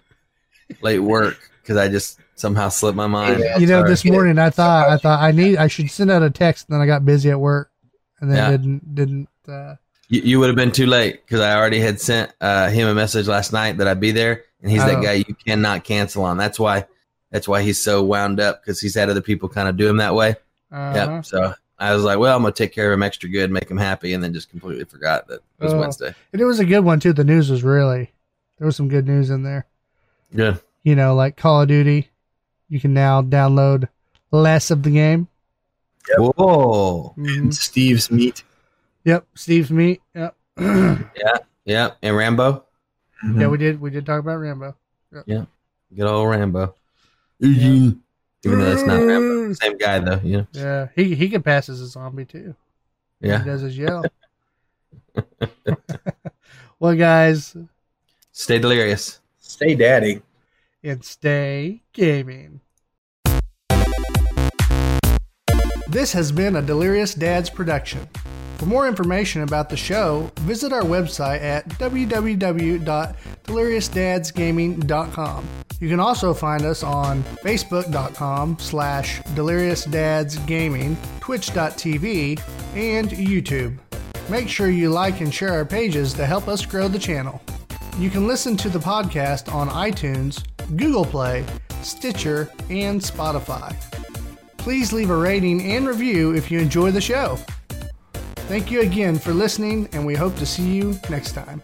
S5: late work because I just somehow slipped my mind.
S2: Yeah,
S1: you know,
S5: Sorry.
S1: this morning I thought I thought I need I should send out a text, and then I got busy at work, and then
S5: Yeah.
S1: didn't didn't. Uh,
S5: you, you would have been too late because I already had sent uh, him a message last night that I'd be there, and he's
S1: Oh.
S5: that guy you cannot cancel on. That's why, that's why he's so wound up because he's had other people kind of do him that way.
S1: uh,
S5: Yeah. So I was like, well, I'm gonna take care of him extra good, make him happy, and then just completely forgot that it was
S1: Oh.
S5: Wednesday.
S1: and it was a good one too. The news was really there was some good news in there.
S5: Yeah.
S1: You know, like Call of Duty, you can now download less of the game.
S5: Whoa.
S1: Mhm.
S2: Steve's meat.
S1: Yep, Steve's meat. Yep. yeah,
S5: Yeah. And Rambo.
S1: we did we did talk about Rambo.
S5: Good old Rambo.
S1: Yeah.
S5: Even though it's not Rambo. Same guy though, you know.
S1: Yeah, he he can pass as a zombie too. He
S5: Yeah.
S1: does his yell. well, guys,
S5: Stay delirious.
S2: Stay daddy.
S1: and stay gaming. This has been a Delirious Dads production. For more information about the show, visit our website at www.deliriousdadsgaming.com. You can also find us on facebook.com slash deliriousdadsgaming, twitch.tv, and YouTube. Make sure you like and share our pages to help us grow the channel. You can listen to the podcast on iTunes, Google Play, Stitcher, and Spotify. Please leave a rating and review if you enjoy the show. Thank you again for listening, and we hope to see you next time.